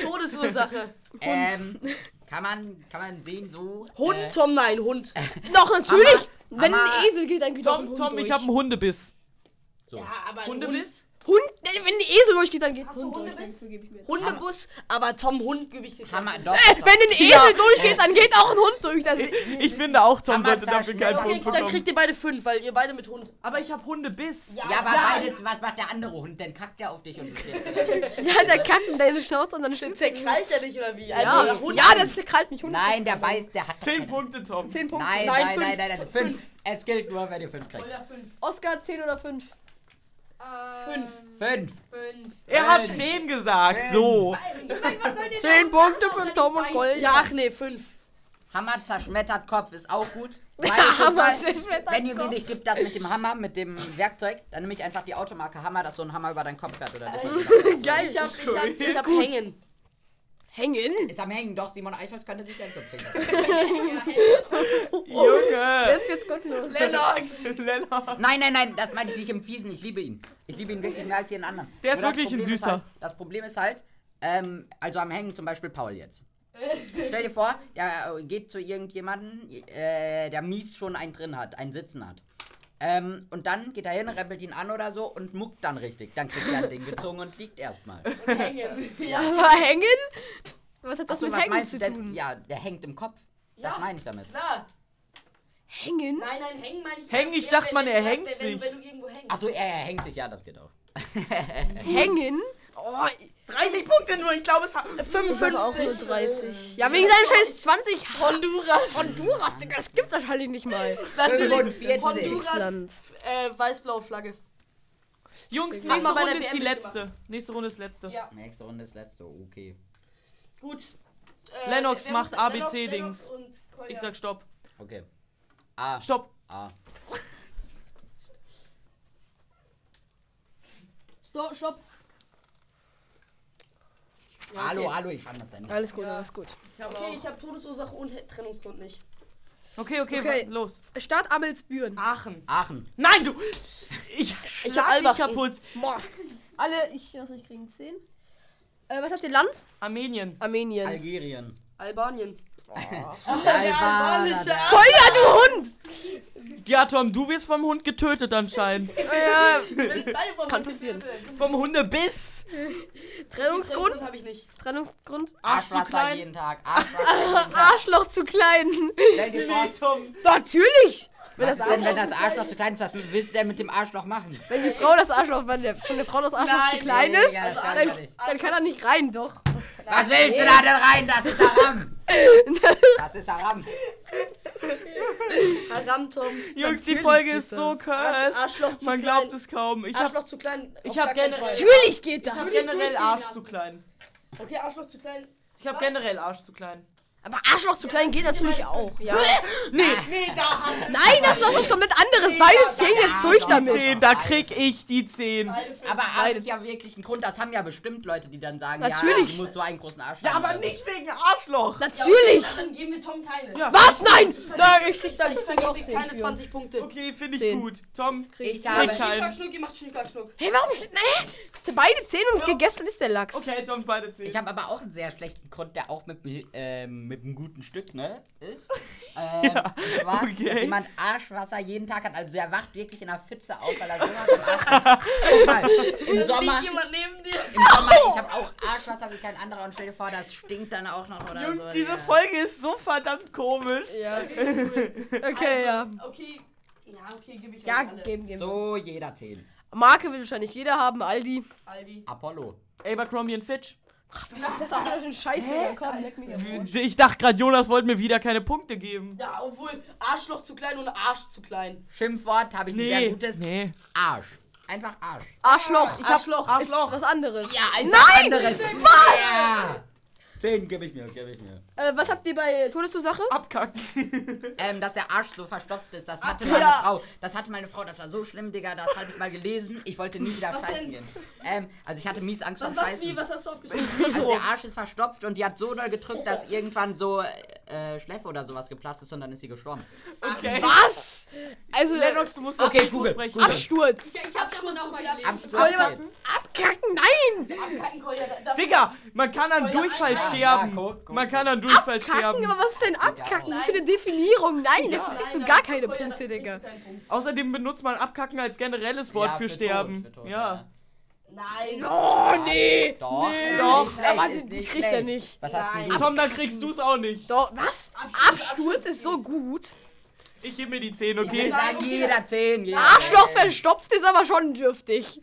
A: Todesursache.
D: Ähm, kann man, kann man sehen, so.
A: Hund,
D: Äh,
A: Tom, nein, Hund.
C: Doch, natürlich.
D: Hammer.
C: Wenn
D: Hammer.
C: ein Esel geht, dann geht auch ein
B: Tom,
C: Hund
B: Tom,
C: durch.
B: ich habe einen Hundebiss.
D: so.
A: Ja, aber ein Hund,
B: Hundebiss?
C: Hund, wenn die Esel durchgeht, dann geht.
E: Hast du
C: Hund
E: Hunde
C: durch.
E: bist? Gebe ich mir.
A: Hundebus, aber Tom Hund gebe ich dir.
D: Hammer, doch.
C: Äh, wenn ein Esel durchgeht, dann geht auch ein Hund durch. Das
B: Ich finde auch, Tom
D: Aber
B: sollte dafür keinen
D: zerschnell-
A: Okay,
B: Punkt
A: dann
B: bekommen.
A: kriegt ihr beide fünf, weil ihr beide mit Hund.
B: Aber ich hab Hundebiss.
D: Ja, aber beides, was macht der andere Hund? Dann kackt er auf dich und du stehst da.
C: ja, der kackt in deine Schnauze und dann steht
A: Zerkrallt er dich oder wie?
C: Ja,
A: Also, Hund.
C: ja, der zerkrallt mich. Hund.
D: Nein, der beißt, der hat. doch
B: Zehn
D: keine-
B: Punkte, Tom.
C: 10 Punkte.
D: Nein,
A: Nein,
D: nein, nein, nein,
A: fünf,
D: nein.
A: Oh
D: Fünf. Es gilt nur, wenn ihr fünf kriegt.
A: Ja, fünf.
C: Oscar 10 oder 5?
A: Fünf.
D: Fünf.
A: Ähm,
B: Er hat zehn gesagt. So.
A: Also,
C: Zehn Punkte für Tom und Gold.
A: Ja, ach nee, fünf.
D: Hammer zerschmettert Kopf ist auch gut.
C: Ja, Hammer
D: Weil-
C: zerschmettert
D: Wenn ihr mir
C: Kopf.
D: nicht gibt, das mit dem Hammer, mit dem Werkzeug, dann nehme ich einfach die Automarke Hammer, dass so ein Hammer über deinen Kopf fährt oder nicht.
A: Geil. Ich hab, ich hab, ich hab hängen.
C: Hängen.
D: Ist am Hängen, doch Simon Eichholz könnte sich selbst umbringen.
B: Junge.
C: Jetzt geht's gottlos.
A: Lennox!
B: Lennart.
D: Nein, nein, nein, das meine ich nicht im Fiesen. Ich liebe ihn. Ich liebe ihn wirklich mehr als jeden anderen.
B: Der ist
D: Nur das
B: wirklich ein
D: Problem ist
B: Süßer.
D: Halt, das Problem ist halt, ähm, also am Hängen zum Beispiel Paul jetzt. Stell dir vor, der äh, geht zu irgendjemandem, äh, der mies schon einen drin hat, einen Sitzen hat. Ähm, und dann geht er hin, rappelt ihn an oder so und muckt dann richtig. Dann kriegt er ein Ding gezogen und liegt erstmal.
A: Hängen. Ja.
C: Aber hängen? Was hat das
D: Achso,
C: mit
D: was
C: Hängen
D: meinst
C: zu
D: du denn?
C: tun?
D: Ja, der hängt im Kopf. Das
A: Ja.
D: meine ich damit.
A: Klar.
C: Hängen?
A: Nein, nein, hängen meine ich.
B: Hängen, ich
A: eher,
B: dachte,
A: wenn-
B: man,
A: wenn
B: er
A: du-
B: hängt
A: wenn,
B: sich.
A: Wenn du irgendwo hängst.
D: Achso, er, er hängt sich, ja, das geht auch.
C: Hängen? Oh,
B: 30 Punkte nur. Ich glaube, es hat.
A: 55.
C: auch nur 30. Ja, wegen seinen scheiß 20
A: Honduras.
C: Honduras, Digga, das gibt's wahrscheinlich nicht mal.
A: Natürlich.
D: 45.
A: Honduras.
C: Land.
A: Äh, weiß-blaue Flagge.
B: Jungs,
A: Haben
B: nächste
A: wir bei
B: Runde
A: der
B: ist die
A: WM
B: letzte. Nächste Runde ist letzte.
A: Ja.
D: Nächste Runde ist letzte, okay.
A: Gut. Äh,
B: Lennox
A: wer
B: macht
A: muss- Lennox,
B: ABC-Dings.
A: Lennox und Kolja.
B: Ich sag Stopp.
D: Okay. Ah,
B: Stopp.
D: ah.
E: Stopp, stopp.
A: Ja, okay.
D: Hallo, hallo, ich fand das dann.
C: Alles gut, alles gut.
A: Okay, ich hab Todesursache und He- Trennungsgrund nicht.
B: Okay, okay,
C: Okay.
B: wa- los.
C: Stadt Abelsbüren.
B: Aachen.
D: Aachen.
B: Nein, du. Ich schlag dich
A: Albachen.
B: kaputt.
C: Alle, ich, also ich kriege 10. Äh, was habt ihr Land?
B: Armenien.
C: Armenien.
D: Algerien.
A: Albanien. Der
D: Albaner.
A: albanische
C: Voll ja, du Hund!
B: Ja, Tom, du wirst vom Hund getötet anscheinend.
A: Kann
C: passieren.
B: vom Hundebiss.
A: Trennungsgrund
C: Trennungsgrund?
A: habe ich nicht.
C: Trennungsgrund?
B: Arsch zu
D: Arschwasser
B: klein.
D: jeden Tag. Arschwasser jeden Tag.
C: Arschloch zu klein.
D: Stell dir vor,
B: Nee, Tom.
C: Natürlich! Wenn,
D: was
C: das
D: ist denn, wenn
C: Arschloch,
D: das Arschloch zu klein ist? Was willst du denn mit dem Arschloch machen?
C: wenn die Frau das Arschloch, wenn der, wenn der Frau das Arschloch
A: Nein,
C: zu klein
D: nee,
C: ist,
D: ja, das kann man
C: dann,
D: nicht.
C: dann kann er nicht rein, doch.
D: Was willst du da denn rein? Das ist Haram. Das ist Haram.
A: Haram, Tom.
B: Jungs, die
C: Natürlich
B: Folge
C: geht
B: ist so
C: das.
B: cursed.
A: Arschloch zu
B: Man glaubt
A: klein.
B: es kaum. Ich hab,
A: Arschloch zu klein.
B: ich
A: auf
B: hab
A: gar keinen
B: generell-
A: Fall.
C: Natürlich geht
B: ich hab
C: das.
B: generell
A: durchgehen
B: Arsch
A: lassen.
B: zu klein.
A: Okay, Arschloch zu klein.
B: Ich hab generell Arsch zu klein.
C: Aber Arschloch zu klein geht natürlich auch, ja.
A: Nee, da haben
C: Nein, das ist doch was komplett anderes. Beide zählen jetzt durch damit.
B: Zehn, da krieg ich die 10.
D: Aber Arsch ist ja wirklich ein Grund. Das haben ja bestimmt Leute, die dann sagen,
C: Natürlich.
D: ja, du musst so einen großen Arsch
B: Ja,
D: haben.
B: aber
D: Also,
B: nicht wegen Arschloch.
C: Natürlich!
A: Dann geben wir Tom keine.
B: Ja.
C: Was? Nein! Nein, ich krieg da
A: Ich
C: ich krieg
A: vergebe
C: auch
A: ihm
C: keine
A: keine
C: 20.
A: 20 Punkte.
B: Okay, finde ich
C: Zehn.
B: gut. Tom,
D: Ich
B: krieg
D: habe...
B: keinen.
A: Schnickschnack, ihr macht Schnickschnack.
C: Hey, warum? Nee! Beide 10 und gegessen ist der Lachs.
B: Okay, Tom, beide 10.
D: Ich habe aber auch einen sehr schlechten Grund, der auch mit, dem- ähm, mit einem guten Stück ne, ist. Ähm, und zwar,
B: okay.
D: dass jemand Arschwasser jeden Tag hat. Also er wacht wirklich in einer Pfütze auf, weil er so was im Arsch hat. Total. Im Sommer,
A: Liegt jemand neben dir?
D: im Sommer, ich habe auch Arschwasser wie kein anderer und stell dir vor, das stinkt dann auch noch oder
B: Jungs,
D: so.
B: diese
D: ja.
B: Folge ist so verdammt komisch.
C: Ja. Okay, ja.
A: Also, Okay. Ja, okay, gebe ich euch
C: Ja,
A: alle.
C: geben, geben.
D: So jeder 10.
C: Marke will wahrscheinlich jeder haben, Aldi.
A: Aldi.
D: Apollo.
B: Abercrombie und Fitch.
C: Was ist das auch für ein Scheiß, Digga? Komm, leck mich am Arsch.
B: Ich dachte gerade, Jonas wollte mir wieder keine Punkte geben.
A: Ja, obwohl Arschloch zu klein und Arsch zu klein.
D: Schimpfwort habe ich ein sehr
B: Nee,
D: gutes.
B: nee.
D: Arsch. Einfach Arsch.
C: Arschloch.
A: Ich Arschloch.
C: Ist was anderes.
D: ist
C: Nein!
D: anderes. Was? Ja. 10 gebe ich mir, gebe ich mir.
C: Äh, was habt ihr bei Todesursache?
B: Abkacken.
D: Ähm, dass der Arsch so verstopft ist, das hatte
C: ja.
D: meine Frau. Das hatte meine Frau, das war so schlimm, Digga, das habe ich mal gelesen. Ich wollte nie wieder
A: Was
D: scheißen
A: denn?
D: gehen. Ähm, also ich hatte mies Angst vor
A: Was, was, wie,
D: Scheißen.
A: was hast du aufgeschrieben?
D: Also der Arsch ist verstopft und die hat so doll gedrückt,
C: Oh.
D: dass irgendwann so äh, Schläfe oder sowas geplatzt ist und dann ist sie gestorben.
B: Okay.
C: Was? Also,
B: Lennox, du musst
D: Okay,
B: das
D: Google,
B: sprechen.
D: Google.
C: Absturz.
A: Ich hab's schon nochmal gelesen.
D: Absolut.
C: Abkacken, nein!
A: Abkacken, Kolja. da- da-
B: Digga, man kann an
A: Ja,
B: Durchfall
A: ja,
B: sterben.
D: ja, guck, guck.
B: Man kann an Durchfall
C: Kacken,
B: sterben.
C: aber was ist denn abkacken
A: Nein.
C: für eine Definierung? Nein, dafür
A: Nein,
C: kriegst du
A: da
C: gar
A: kriegst Kolja,
C: keine
A: da
C: Punkte,
A: kriegst du
C: Digga.
A: keinen Punkt.
B: Außerdem benutzt man Abkacken als generelles Wort für,
D: Tod,
B: Sterben.
D: für Tod,
B: ja.
A: Nein.
C: Oh, nee!
D: Doch.
C: Nee.
B: Doch.
D: Ist nicht
C: Aber
D: schlecht,
C: die-
D: ist
C: die
D: nicht
C: kriegt er
D: schlecht.
C: nicht.
D: Was hast
A: Nein.
D: du?
B: Tom, da kriegst du's auch nicht.
C: Doch, was? Absturz, ist so gut.
B: Ich gebe mir die 10,
D: Ich will
B: okay?
D: sagen,
A: okay.
D: jeder 10. Jeder
C: Arschloch
D: 10.
C: verstopft ist aber schon dürftig.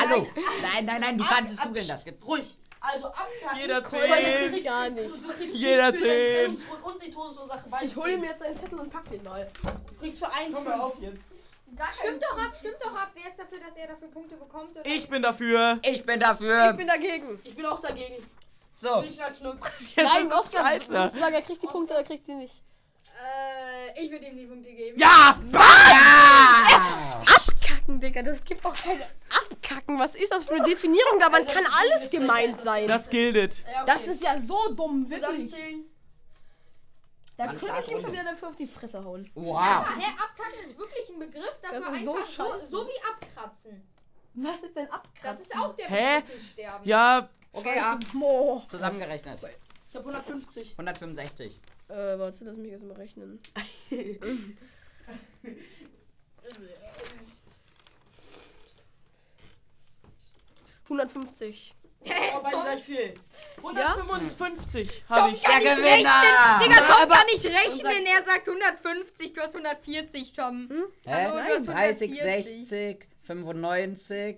D: Hallo. Nein, nein, nein, du kannst es
A: ab-
D: googeln, das geht.
A: Ruhig. Also abkacken.
B: Jeder
A: Kreuz.
B: zehn.
C: Gar nicht.
A: Du kriegst
B: Jeder
A: nicht für deinen
B: zehn.
A: Trennungsgrund Und die Todesursache beide
E: Ich hole
A: zehn.
E: mir jetzt einen Zettel und pack den mal.
A: Du kriegst für eins.
F: Gar stimmt doch ab, stimmt doch ab. Wer ist dafür, dass er dafür Punkte bekommt? Oder?
B: Ich bin dafür.
D: Ich bin dafür.
C: Ich bin dagegen.
B: Ähm,
A: Ich bin auch dagegen.
B: Oh.
D: so.
A: Schnick, schnack, schnuck.
B: Jetzt ist es scheiße.
C: du sagen, er kriegt die Punkte oder kriegt sie nicht?
F: Äh, ich würde ihm die Punkte geben.
B: Ja!
D: Ja!
C: Kacken, Digga, das gibt doch keine Abkacken. Was ist das für eine Definierung? Da man kann alles gemeint sein.
B: Das gildet.
A: Ja, okay.
E: Das ist ja so dumm, wirklich.
A: Zusammenzählen.
E: Da
D: Mann,
E: könnte ich ihm
D: Startrunde.
E: schon wieder dafür auf die Fresse hauen.
D: Wow.
F: Aber, hä, abkacken ist wirklich ein Begriff
E: Das
F: dafür
E: ist so
F: einfach so,
E: scheiße.
F: so, wie abkratzen.
E: Was ist denn ab?
F: Das ist auch der
B: Hä?
F: Begriff für Sterben.
B: Ja,
D: Okay, ja.
E: Mo.
D: Zusammengerechnet.
A: Ich hab 150.
D: 165.
C: Äh, warte, lass mich erst mal rechnen. ...150.
F: Oh,
A: Aber beide Oh, gleich viel.
B: 155 habe ich.
D: Der Gewinner!
F: Digga, Tom kann nicht
A: rechnen.
F: rechnen. Er sagt 150, du hast 140, Tom.
D: Hä?
F: Hallo, du hast
D: 30,
F: 140.
D: 60, 95.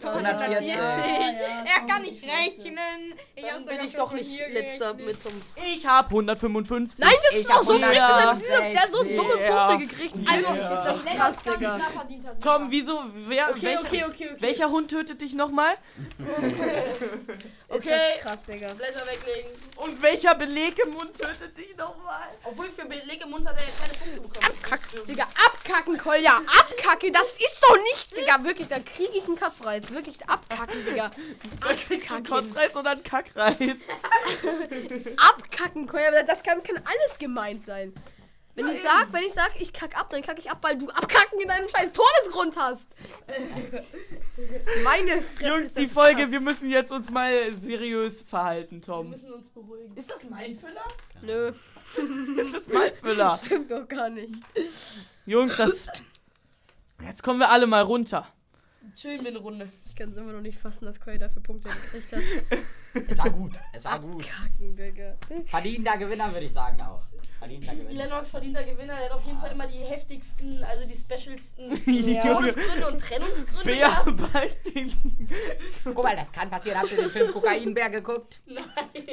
F: Tom
D: 140.
F: 140.
E: Ja, ja,
F: Er kann nicht rechnen. Ich
A: Dann
F: hab's
A: bin
F: sogar
A: ich doch
F: schon
A: nicht
F: hier
A: letzter
F: gerechnet.
A: mit zum.
B: Ich habe 155.
C: Nein, das
D: Ich
C: ist
D: hab
C: auch so frech, dass
D: 160.
C: der hat so dumme
B: Ja.
C: Punkte gekriegt.
F: Also,
B: Ja.
F: ist das krass, Digga. Klar verdient hast du
B: Tom,
F: das.
B: wieso? Wer,
A: Okay,
B: welcher,
A: okay, okay, okay.
B: welcher Hund tötet dich nochmal?
C: Ist das
A: Okay.
C: krass, Digga.
A: Blätter weglegen.
B: Und welcher Beleg im Mund tötet dich nochmal?
A: Obwohl für Beleg im Mund hat er ja keine Punkte bekommen.
C: Abkacken, Digga, abkacken, Kolja, abkacken, das ist doch nicht, Digga, wirklich, da kriege ich einen Katzreiz, wirklich, abkacken, Digga,
B: Da kriegst du einen
C: Kacken.
B: Kotzreiz oder einen Kackreiz.
C: abkacken, Kolja, das kann, kann alles gemeint sein. Wenn ich sag, wenn ich sag, ich kack ab, dann kack ich ab, weil du abkacken in deinem scheiß Todesgrund hast. Meine Fresse.
B: Jungs,
C: ist
B: die
C: das
B: Folge,
C: krass.
B: wir müssen jetzt uns mal seriös verhalten,
A: Wir
B: Tom.
A: müssen uns beruhigen.
B: Ist das mein Füller?
C: Nö,
B: Ist das mein Füller?
C: stimmt doch gar nicht.
B: Jungs, das. Jetzt kommen wir alle mal runter.
A: Chillen wir eine Runde.
C: Ich kann es immer noch nicht fassen, dass Kolja dafür Punkte gekriegt hat.
D: Es war gut. Es war gut.
C: Kacken, Digga.
D: Verdienter Gewinner würde ich sagen auch. Verdienter Gewinner.
A: Lennox verdienter Gewinner, der hat auf jeden Fall immer die heftigsten, also die specialsten
B: Ja.
A: Todesgründe und Trennungsgründe
B: Bea
A: gehabt.
B: beißt den.
D: Guck mal, das kann passieren. Habt ihr den Film Kokainbär geguckt?
A: Nein.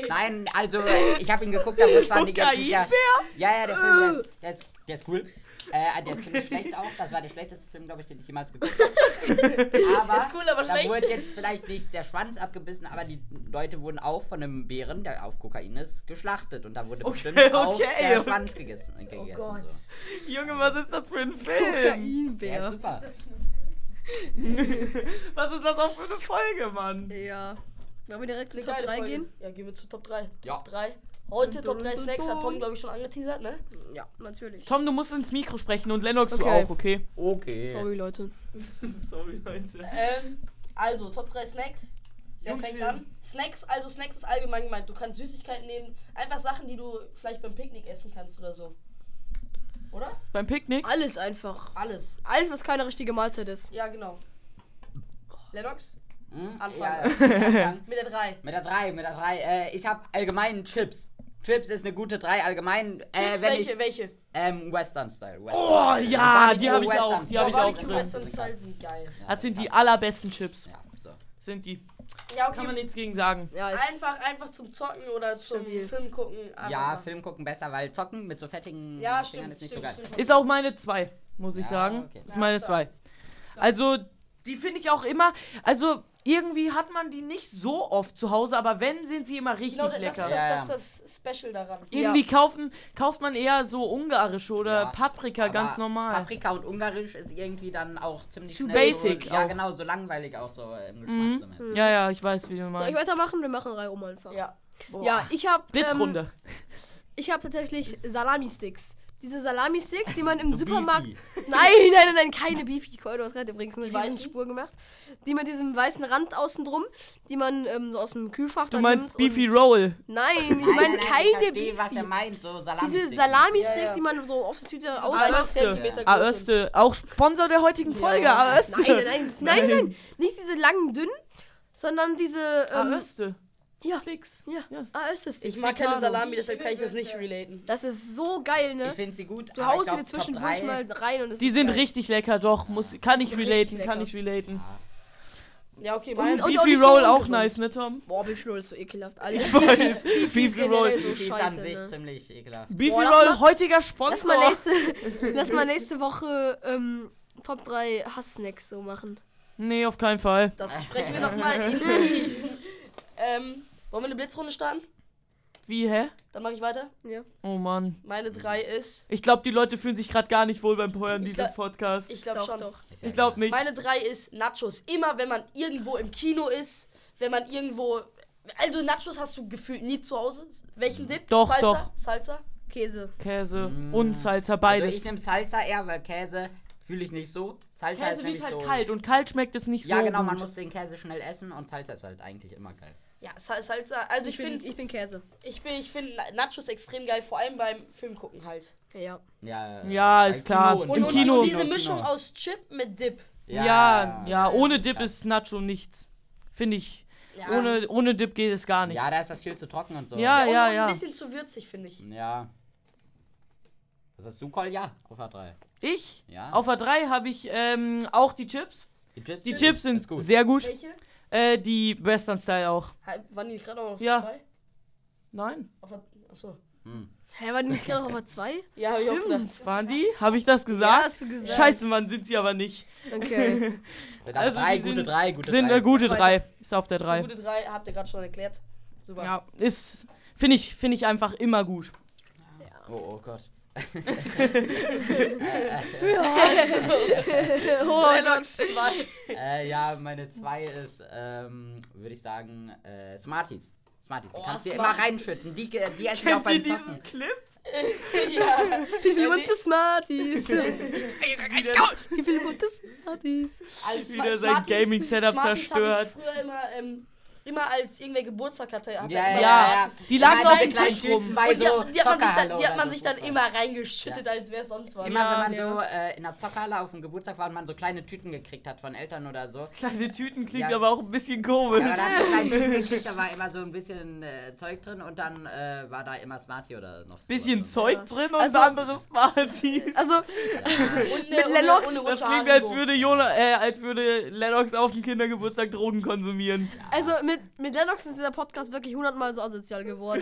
D: Nein, also äh, ich habe ihn geguckt, aber es waren die ganzen. Ja, ja, ja, der Film,
A: Äh.
D: der ist, der ist, der ist cool. Äh, der ist ziemlich schlecht auch. Das war der schlechteste Film, glaube ich, den ich jemals geguckt habe. Aber,
A: Ist cool, aber
D: da
A: schlecht.
D: wurde jetzt vielleicht nicht der Schwanz abgebissen, aber die Leute wurden auch von einem Bären, der auf Kokain ist, geschlachtet. Und da wurde
B: Okay,
D: bestimmt auch
B: okay.
D: der Schwanz gegessen. äh, gegessen
A: Oh Gott.
D: So.
B: Junge, was ist das für ein Film?
D: Der ist
C: Kokainbär.
D: super.
B: Was ist das auch für eine Folge, Mann?
C: Ja. Wollen wir direkt zu
A: Eine
C: Top
A: geile
C: 3
A: Folge.
C: gehen?
A: Ja, gehen wir zu Top 3. Top
D: Ja.
A: 3. Heute Top 3 Snacks hat Tom, glaube ich, schon angeteasert, ne?
C: Ja, natürlich.
B: Tom, du musst ins Mikro sprechen und Lennox du
C: Okay.
B: auch, okay?
D: Okay.
C: Sorry, Leute.
B: Sorry, Leute.
A: Ähm, also, Top 3 Snacks. Wer
B: Jungs,
A: fängt
B: wir-
A: an? Snacks, also Snacks ist allgemein gemeint. Du kannst Süßigkeiten nehmen, einfach Sachen, die du vielleicht beim Picknick essen kannst oder so. Oder?
B: Beim Picknick?
C: Alles einfach.
A: Alles.
C: Alles, was keine richtige Mahlzeit ist.
A: Ja, genau. Lennox?
D: Hm?
A: Anfang.
D: Ja, Anfang.
A: Mit der 3.
D: Mit der 3, mit der 3. Äh, ich habe allgemein Chips. Chips ist eine gute 3 allgemein. Äh,
A: Chips,
D: wenn
A: welche,
D: Ich,
A: welche?
D: ähm, Western Style. Western
B: Oh,
D: Style.
B: ja, die
D: Barbecue
B: habe ich
D: Western
B: auch. Die
D: Style.
B: habe ich auch
A: Barbecue
B: drin.
A: Western Style sind geil.
D: Ja,
B: Das sind die
D: krass.
B: allerbesten Chips.
D: Ja, so.
B: Sind die.
A: Ja,
B: Kann man
A: okay.
B: nichts gegen sagen.
C: Ja, ist
A: Einfach, einfach zum Zocken oder zum
C: Stabil.
A: Film gucken. einfach
D: ja
A: mal.
D: Film gucken besser, weil zocken mit so fettigen
A: Ja,
D: Fingern
A: stimmt.
D: ist nicht
A: stimmt,
D: so geil.
A: stimmt.
B: Ist auch meine zwei, muss ich
D: Ja,
B: sagen.
D: okay.
B: Ist
A: Ja,
B: meine zwei.
A: stark.
B: Also, die finde ich auch immer. Also, irgendwie hat man die nicht so oft zu Hause, aber wenn, sind sie immer richtig
A: Genau, das,
B: lecker.
A: das,
D: Ja, ja.
A: das, das ist das Special daran.
B: irgendwie kaufen, kauft man eher so ungarische oder
D: Ja,
B: Paprika
D: Aber
B: ganz normal.
D: Paprika und Ungarisch ist irgendwie dann auch ziemlich
B: Zu
D: schnell
B: basic
D: So, ja,
B: auch.
D: genau, so langweilig auch so im Geschmack.
B: Mhm.
D: So mäßig.
B: ja, ja, ich weiß, wie du
C: Soll ich
B: meinst.
C: weitermachen? Wir machen Reihe um einfach.
A: Ja.
C: Ja, ich habe ähm,
B: Blitzrunde.
C: ich habe tatsächlich Salami-Sticks. diese Salami-Sticks, die man im
D: So
C: Supermarkt.
D: beefy.
C: Nein, nein, nein, nein, keine beefy Keule. Du hast gerade übrigens eine weißen
A: weißen?
C: Spur gemacht. Die mit diesem weißen Rand außen drum, die man ähm, so aus dem Kühlfach
B: Du
C: dann
B: meinst
C: nimmt
B: Beefy
C: und-
B: Roll.
C: Nein, ich
D: Nein,
C: meine
D: nein,
C: keine
D: Ich verstehe,
C: beefy.
D: was er meint, so Salami.
C: diese Salami-Sticks,
A: Ja, ja.
C: die man so auf der Tüte
A: So
C: aus.
A: 30
B: Aöste.
A: Zentimeter groß sind.
B: Aöste, Ah, auch Sponsor der heutigen Folge, Aöste.
C: Nein, nein, nein, nein, nein, nicht diese langen, dünnen, sondern diese. Ähm,
B: Aöste.
C: ja.
B: Ah, Sticks.
C: Ja. Ah,
B: Ja.
C: Aöstes.
A: Ich mag keine
B: Ahnung.
A: Salami, deshalb kann ich das nicht relaten.
C: Das ist so geil, ne?
D: Ich finde sie gut.
C: Du
D: aber ich
C: haust
D: glaub,
C: dir
D: Top
C: zwischendurch
D: drei-
C: mal rein und es
B: Die
C: ist
B: sind
C: geil.
B: richtig lecker, doch. Muss, kann ich
C: sind
B: relaten,
C: richtig
B: kann
C: lecker.
B: ich relaten.
A: Ja, okay, mein.
C: Und auch
B: Beefy
C: nicht so
B: Roll auch
C: ungesund.
B: nice, ne, Tom?
C: Boah, Beefy Roll ist so ekelhaft. Alter.
B: Ich weiß.
C: Beefy ist
B: Beefy
C: generell
B: Roll.
C: so
D: Die ist an
C: scheiße.
D: sich
C: Ne?
D: ziemlich ekelhaft.
B: Beefy
C: Boah, lass
B: Roll,
C: mal-
B: heutiger
C: Lass
B: Sponsor.
C: mal nächste, lass mal nächste Woche ähm, Top 3 Hass-Snacks so machen.
B: Nee, auf keinen Fall.
A: Das besprechen wir nochmal intensiv. ähm, wollen wir eine Blitzrunde starten?
B: Wie, hä?
A: Dann mache ich weiter.
C: Ja.
B: Oh Mann.
A: Meine drei ist.
B: Ich glaube, die Leute fühlen sich gerade gar nicht wohl beim Heuern
A: Ich
B: dieses
A: glaub-
B: Podcasts.
A: Ich glaube
C: Doch,
A: schon.
C: doch.
D: Ist ja
B: Ich glaube
D: egal.
B: nicht.
A: Meine drei ist Nachos. Immer wenn man irgendwo im Kino ist, wenn man irgendwo. Also Nachos hast du gefühlt nie zu Hause. Welchen Dip?
B: Mhm. Doch,
A: Salsa?
B: doch.
A: Salsa? Also
C: Käse.
B: Käse
D: Mm.
B: und Salsa,
D: Also ich
B: beides.
D: nehme Salsa eher, weil Käse fühle ich nicht so. Salsa
B: Käse
D: ist
B: wird
D: nämlich
B: halt
D: so.
B: kalt und kalt schmeckt es nicht so
D: ja, genau,
B: gut.
D: man muss den Käse schnell essen und Salsa ist halt eigentlich immer geil.
A: Ja, Sal Salsa. Also ich
C: Ich bin,
A: finde
C: ich bin Käse.
A: ich bin, ich find Nachos extrem geil, vor allem beim Film gucken halt.
C: Ja.
D: Ja,
B: Ja,
D: bei
B: ist klar.
D: Kino
A: Und,
B: Im
A: und,
B: Kino.
A: und diese
D: Kino.
A: Mischung aus Chip mit Dip.
B: Ja, ja, ohne Dip ist Nacho nichts. Finde ich.
A: Ja.
B: Ohne, ohne Dip geht es gar nicht.
D: Ja, da ist das viel zu trocken und so.
B: Ja.
A: Und noch
B: ja.
A: ein bisschen zu würzig, finde ich.
D: Ja. Was hast du, Kolja? Auf A3.
B: Ich,
D: Ja.
B: auf A3 habe ich ähm, auch die Chips.
D: Die Chips,
B: Die Chips sind
D: ist gut.
B: sehr gut.
A: Welche?
B: Äh, die Western Style auch.
A: Ha- Waren die gerade auch auf
B: Ja.
A: zwei?
B: Nein.
A: Auf, der- achso.
D: Hm.
C: Hä, war die nicht gerade noch mal 2?
A: Ja, hab ich auch gedacht.
B: Waren die? Habe ich das
C: Ja,
B: gesagt?
C: hast du gesagt.
B: Scheiße, Mann, sind sie aber nicht.
C: Okay.
D: Sind
B: Also
D: also drei,
B: die
D: gute
B: sind-
D: drei, gute
B: Sind
D: drei.
B: eine gute
C: Weiter.
B: 3. Ist auf der 3.
A: Gute drei habt ihr gerade schon erklärt. Super.
B: Ja, ist. Finde ich, finde ich einfach immer gut.
D: Oh, oh Gott.
C: Oh,
A: Lennox 2.
D: äh, ja, meine zwei ist, ähm, würde ich sagen, äh, Smarties. Smarties, die
A: Oh,
D: kannst du dir immer
A: Smarties.
D: reinschütten. Die, ge- die essen wir auch beim Zocken.
B: Clip?
A: ja.
C: Pipi
A: Ja,
C: und
A: nee.
C: die Smarties. Pipi und die Smarties.
A: Also
B: Wieder sein Gaming-Setup
A: Smarties hab
B: zerstört.
A: Ich früher immer, ähm, immer als irgendwer Geburtstag hatte, hatte
D: Ja, Also,
A: immer
B: Ja,
A: Smarties.
B: die lagen
D: Ja,
B: auf
D: diese
B: dem
D: kleinen
B: Tisch
D: Tüten
B: rum.
D: Bei
A: Und die,
D: so
A: hat- die hat man sich
D: Zockerhalle
A: dann, die hat
D: oder
A: man
D: so
A: sich dann
D: Fußball.
A: immer reingeschüttet, als wäre es sonst was.
D: Immer
B: Ja,
D: wenn man
B: ja.
D: so äh, in der Zockerhalle auf dem Geburtstag war und man so kleine Tüten gekriegt hat von Eltern oder so.
B: Kleine Tüten klingt
D: Ja.
B: aber auch ein bisschen komisch.
D: Ja, aber da hat so kleine Tüten gekriegt, da war immer so ein bisschen äh, Zeug drin und dann äh, war da immer Smartie oder noch so.
B: bisschen Zeug drin und
C: Also-
B: anderes Partys.
C: Also,
A: Und
C: Mit Lennox?
B: Das klingt, als würde, Jona, äh, als würde Lennox auf dem Kindergeburtstag Drogen konsumieren.
C: also mit, mit Lennox ist dieser Podcast wirklich hundertmal so asozial geworden.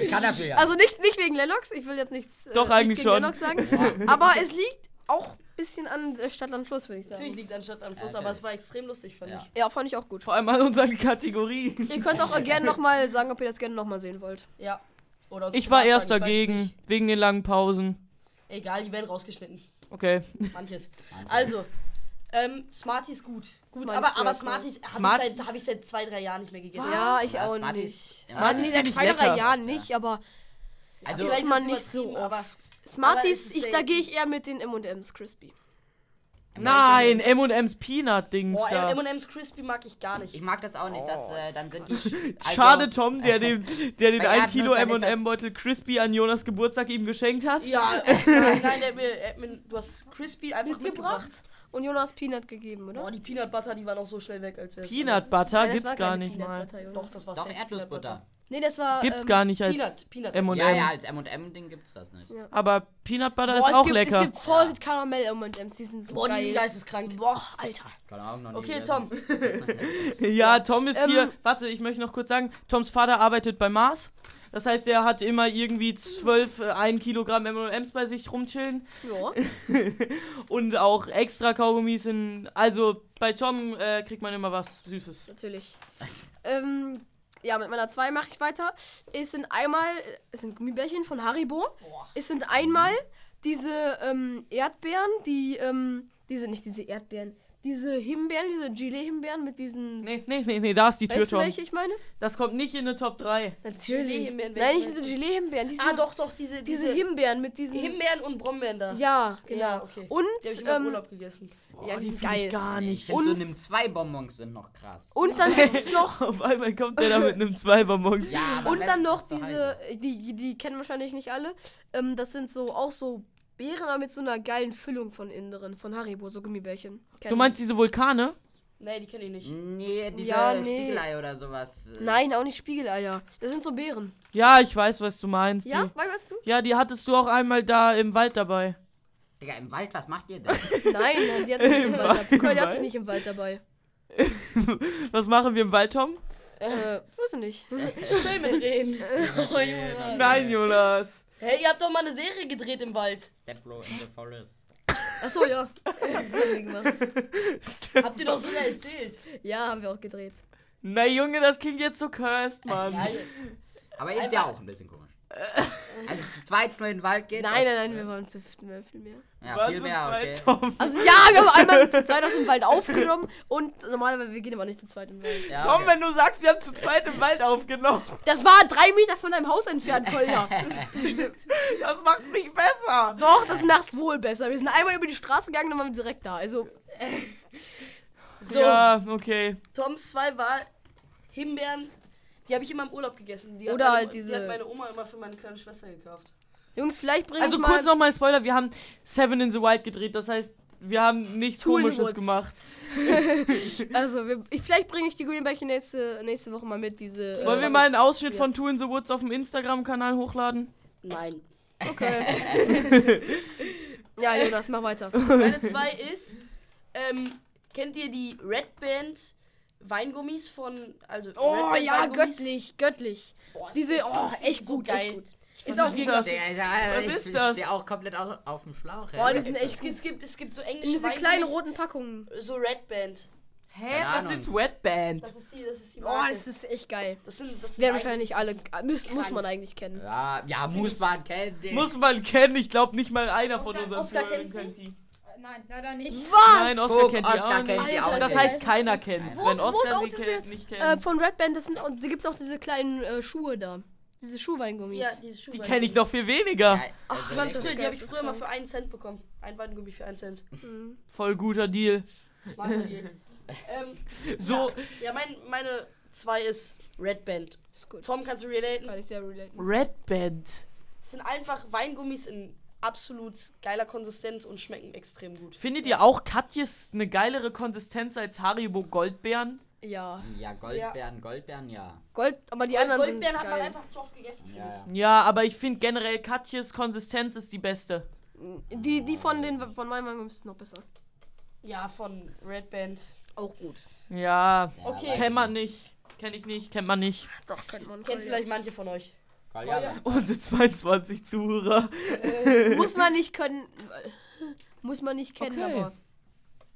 D: Ich kann dafür ja.
C: Also nicht, nicht wegen Lennox, ich will jetzt nichts, äh,
B: Doch, eigentlich
C: nichts
B: schon.
C: gegen Lennox sagen. aber es liegt auch ein bisschen an äh, Stadtland Fluss, würde ich sagen.
A: Natürlich liegt es anstatt am Fluss,
D: Ja,
A: aber es war extrem lustig, fand
D: Ja.
A: ich.
C: Ja, fand ich auch gut.
B: Vor allem an unseren Kategorien.
C: Ihr könnt auch gerne nochmal sagen, ob ihr das gerne nochmal sehen wollt.
A: Ja. Oder uns
B: Ich war
A: privat
B: erst
A: sagen, ich weiß
B: dagegen,
A: nicht.
B: wegen den langen Pausen.
A: Egal, die werden rausgeschnitten.
B: Okay.
A: Manches. Also, ähm, Smarties gut. gut
C: Smarties
A: aber,
C: gut,
A: aber
C: ja.
A: Smarties habe ich,
B: Smarties?
A: seit- hab ich seit zwei, drei Jahren nicht mehr gegessen.
C: Ja, ich auch
D: Smarties-
C: nicht. Also
D: Ja.
C: Smarties
B: Smarties
C: seit
B: ist
C: zwei, drei
B: lecker.
C: Jahren nicht, aber
D: Also,
C: ist
A: Vielleicht
C: man
A: es
C: nicht so
A: übertrieben, aber
C: Smarties,
A: es ist
C: ich, da
A: selten.
C: gehe ich eher mit den M&M's Crispy.
B: Nein, M&M's Peanut-Dings
A: Boah,
B: da.
A: M&M's Crispy mag ich gar
D: ich
A: nicht.
D: mag das auch nicht, dass äh, dann sind die. Also,
B: Schade, Tom, der, dem, der den
D: Bei
B: 1
D: Erdnuss,
B: Kilo
D: dann ist das-
B: M&M-Beutel Crispy an Jonas Geburtstag ihm geschenkt hat.
A: Ja, äh, nein, nein, der, hat mir- er hat mir- du hast Crispy einfach mitgebracht.
C: Und Jonas Peanut gegeben, oder?
A: Boah, die Peanut Butter, die war noch so schnell weg, als wäre
B: Peanut Butter
C: Nein, das
B: gibt's
C: war
B: gar
C: keine
B: nicht
C: Peanut
B: mal.
C: Butter, Jonas.
A: Doch, das war
D: Doch,
A: safe
D: Erdnussbutter.
C: Nee, das war
B: Gibt's
C: ähm,
B: gar nicht als
A: Peanut, Peanut.
B: M&M.
D: Ja, ja, als MM-Ding gibt's das nicht.
B: Aber Peanut Butter
C: boah,
B: ist
C: es
B: auch
C: gibt,
B: lecker.
C: Es gibt Salted Caramel M&M's, die sind so
A: Boah, die
C: geil.
A: sind geisteskrank.
C: Boah, Alter.
D: Ah, Keine Ahnung, noch nie
A: Okay,
D: gegessen.
A: Tom.
B: Ja, Tom ist
C: Ähm,
B: hier. Warte, ich möchte noch kurz sagen, Toms Vater arbeitet bei Mars. Das heißt, er hat immer irgendwie zwölf, äh, ein Kilogramm M&M's bei sich rumchillen
C: Ja.
B: und auch extra Kaugummis in. Also bei Tom äh, kriegt man immer was Süßes.
C: Natürlich. ähm, ja, mit meiner 2 mache ich weiter. Es sind einmal, es sind Gummibärchen von Haribo. Es sind einmal diese ähm, Erdbeeren, die, ähm, diese, nicht diese Erdbeeren, Diese Himbeeren, diese Gilet-Himbeeren mit diesen.
B: Nee, nee, nee, nee, da ist die Tür,
C: weißt du,
B: Tom.
C: welche ich meine?
B: Das kommt nicht in eine Top 3.
C: Natürlich.
A: Gelee-Himbeeren, welche
C: Nein, nicht diese
A: meinst du?
C: Gilet-Himbeeren. Diese,
A: Ah, doch, doch, diese,
C: diese
A: diese
C: Himbeeren mit diesen.
A: Himbeeren und Brombeeren da.
C: ja, genau.
A: Ja, okay.
C: Und,
A: die hab ich immer im
C: ähm,
A: Urlaub gegessen.
C: ja, die
B: Oh, die
C: sind
B: find ich
C: geil.
B: gar
D: Ich
B: nicht.
D: finde so
C: Und-
D: nimm zwei Bonbons sind noch krass.
C: Und dann gibt's noch.
B: Auf einmal kommt der da mit einem Zwei-Bonbons.
D: Ja, aber
C: Und
D: wenn-
C: dann noch
D: ist doch
C: diese,
D: heilig.
C: die, die kennen wahrscheinlich nicht alle. Ähm, das sind so auch so Beeren, aber mit so einer geilen Füllung von innen drin, von Haribo, so Gummibärchen.
B: Du meinst diese Vulkane?
A: Nee, die kenne ich nicht.
D: Nee, diese
C: Ja, nee.
D: Spiegelei oder sowas. äh,
C: Nein, auch nicht Spiegeleier. Das sind so Beeren.
B: Ja, ich weiß, was du meinst.
C: Ja,
B: Die.
C: weißt du?
B: Ja, die hattest du auch einmal da im Wald dabei.
D: Digga, im Wald, was macht ihr denn?
C: Nein, nein, die hatte ich nicht im
B: Im
C: Wald dabei.
B: Wald.
C: Cool, Die hatte ich nicht im Wald dabei.
B: Was machen wir im Wald, Tom?
C: Äh, weiß ich nicht.
A: Filme drehen.
D: Äh,
B: Nein, Jonas.
A: Hey, ihr habt doch mal eine Serie gedreht im Wald.
D: Stepbro in the Forest.
C: Achso, ja. haben wir gemacht.
A: Habt ihr doch sogar erzählt.
C: Ja, haben wir auch gedreht.
B: Na Junge, das klingt jetzt so cursed, Mann.
A: Ja, ihr-
D: Aber ist ja auch ein bisschen komisch. Also zu zweit nur in den Wald geht?
C: Nein, nein, nein, wir waren zu viel viel mehr.
D: Ja,
B: Waren
D: viel
B: so
D: mehr,
B: zwei
D: okay.
B: Tom.
C: Also ja, wir haben einmal zu zweit aus dem Wald aufgenommen und normalerweise, wir gehen aber nicht zu zweit im Wald.
D: Ja,
B: Tom,
D: okay.
B: wenn du sagst, wir haben zu zweit im Wald aufgenommen,
C: Das war drei Meter von deinem Haus entfernt, Kolja.
B: das macht's nicht besser.
C: Doch, das ist nachts wohl besser. Wir sind einmal über die Straße gegangen, dann waren wir direkt da. Also,
A: So,
B: Ja, okay.
A: Toms zwei war Himbeeren. Die habe ich immer im Urlaub gegessen. Die hat
C: Oder
A: meine,
C: halt diese-
A: Die hat meine Oma immer für meine kleine Schwester gekauft.
C: Jungs, vielleicht bringe
B: Also
C: ich
B: kurz
C: mal...
B: nochmal ein Spoiler, wir haben Seven in the Wild gedreht, das heißt, wir haben nichts
C: Two in the
B: komisches
C: Woods.
B: gemacht.
C: Also, wir, ich, vielleicht bringe ich die Gummibärchen nächste, nächste Woche mal mit, diese...
B: Wollen
C: äh,
B: wir mal einen Ausschnitt
C: Ja.
B: von Two in the Woods auf dem Instagram-Kanal hochladen?
A: Nein.
C: Okay. ja, Jonas, mach weiter.
A: Meine zwei ist, ähm, kennt ihr die Red Band Weingummis von, also Red Band Weingummis?
C: Oh, göttlich.
A: Boah,
C: Diese,
A: ich
C: oh,
A: find die
C: echt
A: so
C: gut,
A: geil.
C: echt gut.
B: Was
A: Ist auch
B: ist
A: wirklich
B: das?
D: Digga, Alter,
B: Was
D: ich
B: ist
D: ich
B: das?
D: stehe auch komplett auf, auf dem Schlauch.
C: Boah,
D: ey.
C: oh, die sind echt
A: Es, gibt- es gibt, es gibt so englische
C: In diese kleinen
A: Weingummis,
C: roten Packungen.
A: So Red Band.
B: Hä,
D: Keine
B: was
D: Ahnung.
B: ist Wet Band?
A: Das ist die, das ist die
C: Oh,
A: Marke.
C: das ist echt geil.
A: das sind, das sind
C: Werden wahrscheinlich alle...
A: eigentlich-
C: Muss, muss man
A: krank.
C: eigentlich kennen.
D: Ja, ja, muss man kennen. Digga.
B: Muss man kennen, ich glaube nicht mal einer von
A: Oscar-
B: unseren
A: Oscar
B: Zuhörern
A: kennst du?
B: kennt die.
F: Nein, leider nicht.
B: Nein,
C: Was?
B: Oscar
D: Guck,
B: kennt die
D: Oscar
B: auch
D: kennt
B: nicht.
D: die
C: Alter,
D: auch
B: Das
D: nicht.
B: heißt, keiner kennt
D: Wo
B: Wenn
C: ist- wo ist
B: Oscar
C: auch
B: sie
C: diese,
B: kennt, nicht kennt.
C: Äh, von Red Band, das sind, auch- da gibt's auch diese kleinen äh, Schuhe da. Diese Schuhweingummis.
A: Ja, diese Schuhe.
B: die kenne ich noch viel weniger.
D: Ja, also
A: Die, waren
D: echt.
A: früher, die habe ich
C: Geisteskrank.
A: früher mal für einen Cent bekommen. Ein Weingummi für einen Cent.
B: Voll guter Deal.
A: Smarter Deal. ähm,
B: So,
A: ja, mein, meine zwei ist Red Band.
C: Ist gut.
A: Tom, kannst du relaten?
C: Kann ich sehr relaten.
B: Red Band.
A: Es sind einfach Weingummis in absolut geiler Konsistenz und schmecken extrem gut.
B: Findet ihr auch Katjes eine geilere Konsistenz als Haribo Goldbeeren?
C: Ja.
D: Ja, Goldbeeren, Goldbeeren, ja.
C: Gold, aber die
A: Die
C: anderen sind
A: Goldbeeren hat man
C: geil.
A: einfach zu oft gegessen, finde
D: ja, ja.
B: Ja, aber ich finde generell Katjes Konsistenz ist die beste.
C: Die, die von den von meinem Weingummis ist noch besser.
A: ich. Ja, von Red Band.
C: Auch gut.
B: Ja,
D: Ja,
A: Okay.
D: weiß
B: kennt man
D: ich
B: nicht. Kenn ich nicht, kennt man nicht.
C: Doch, kennt man.
A: Kennt vielleicht manche von euch.
D: Kolja,
A: Kolja.
D: was-
B: Unsere 22 Zuhörer.
C: Muss man nicht können. Muss man nicht kennen,
B: Okay.
C: aber.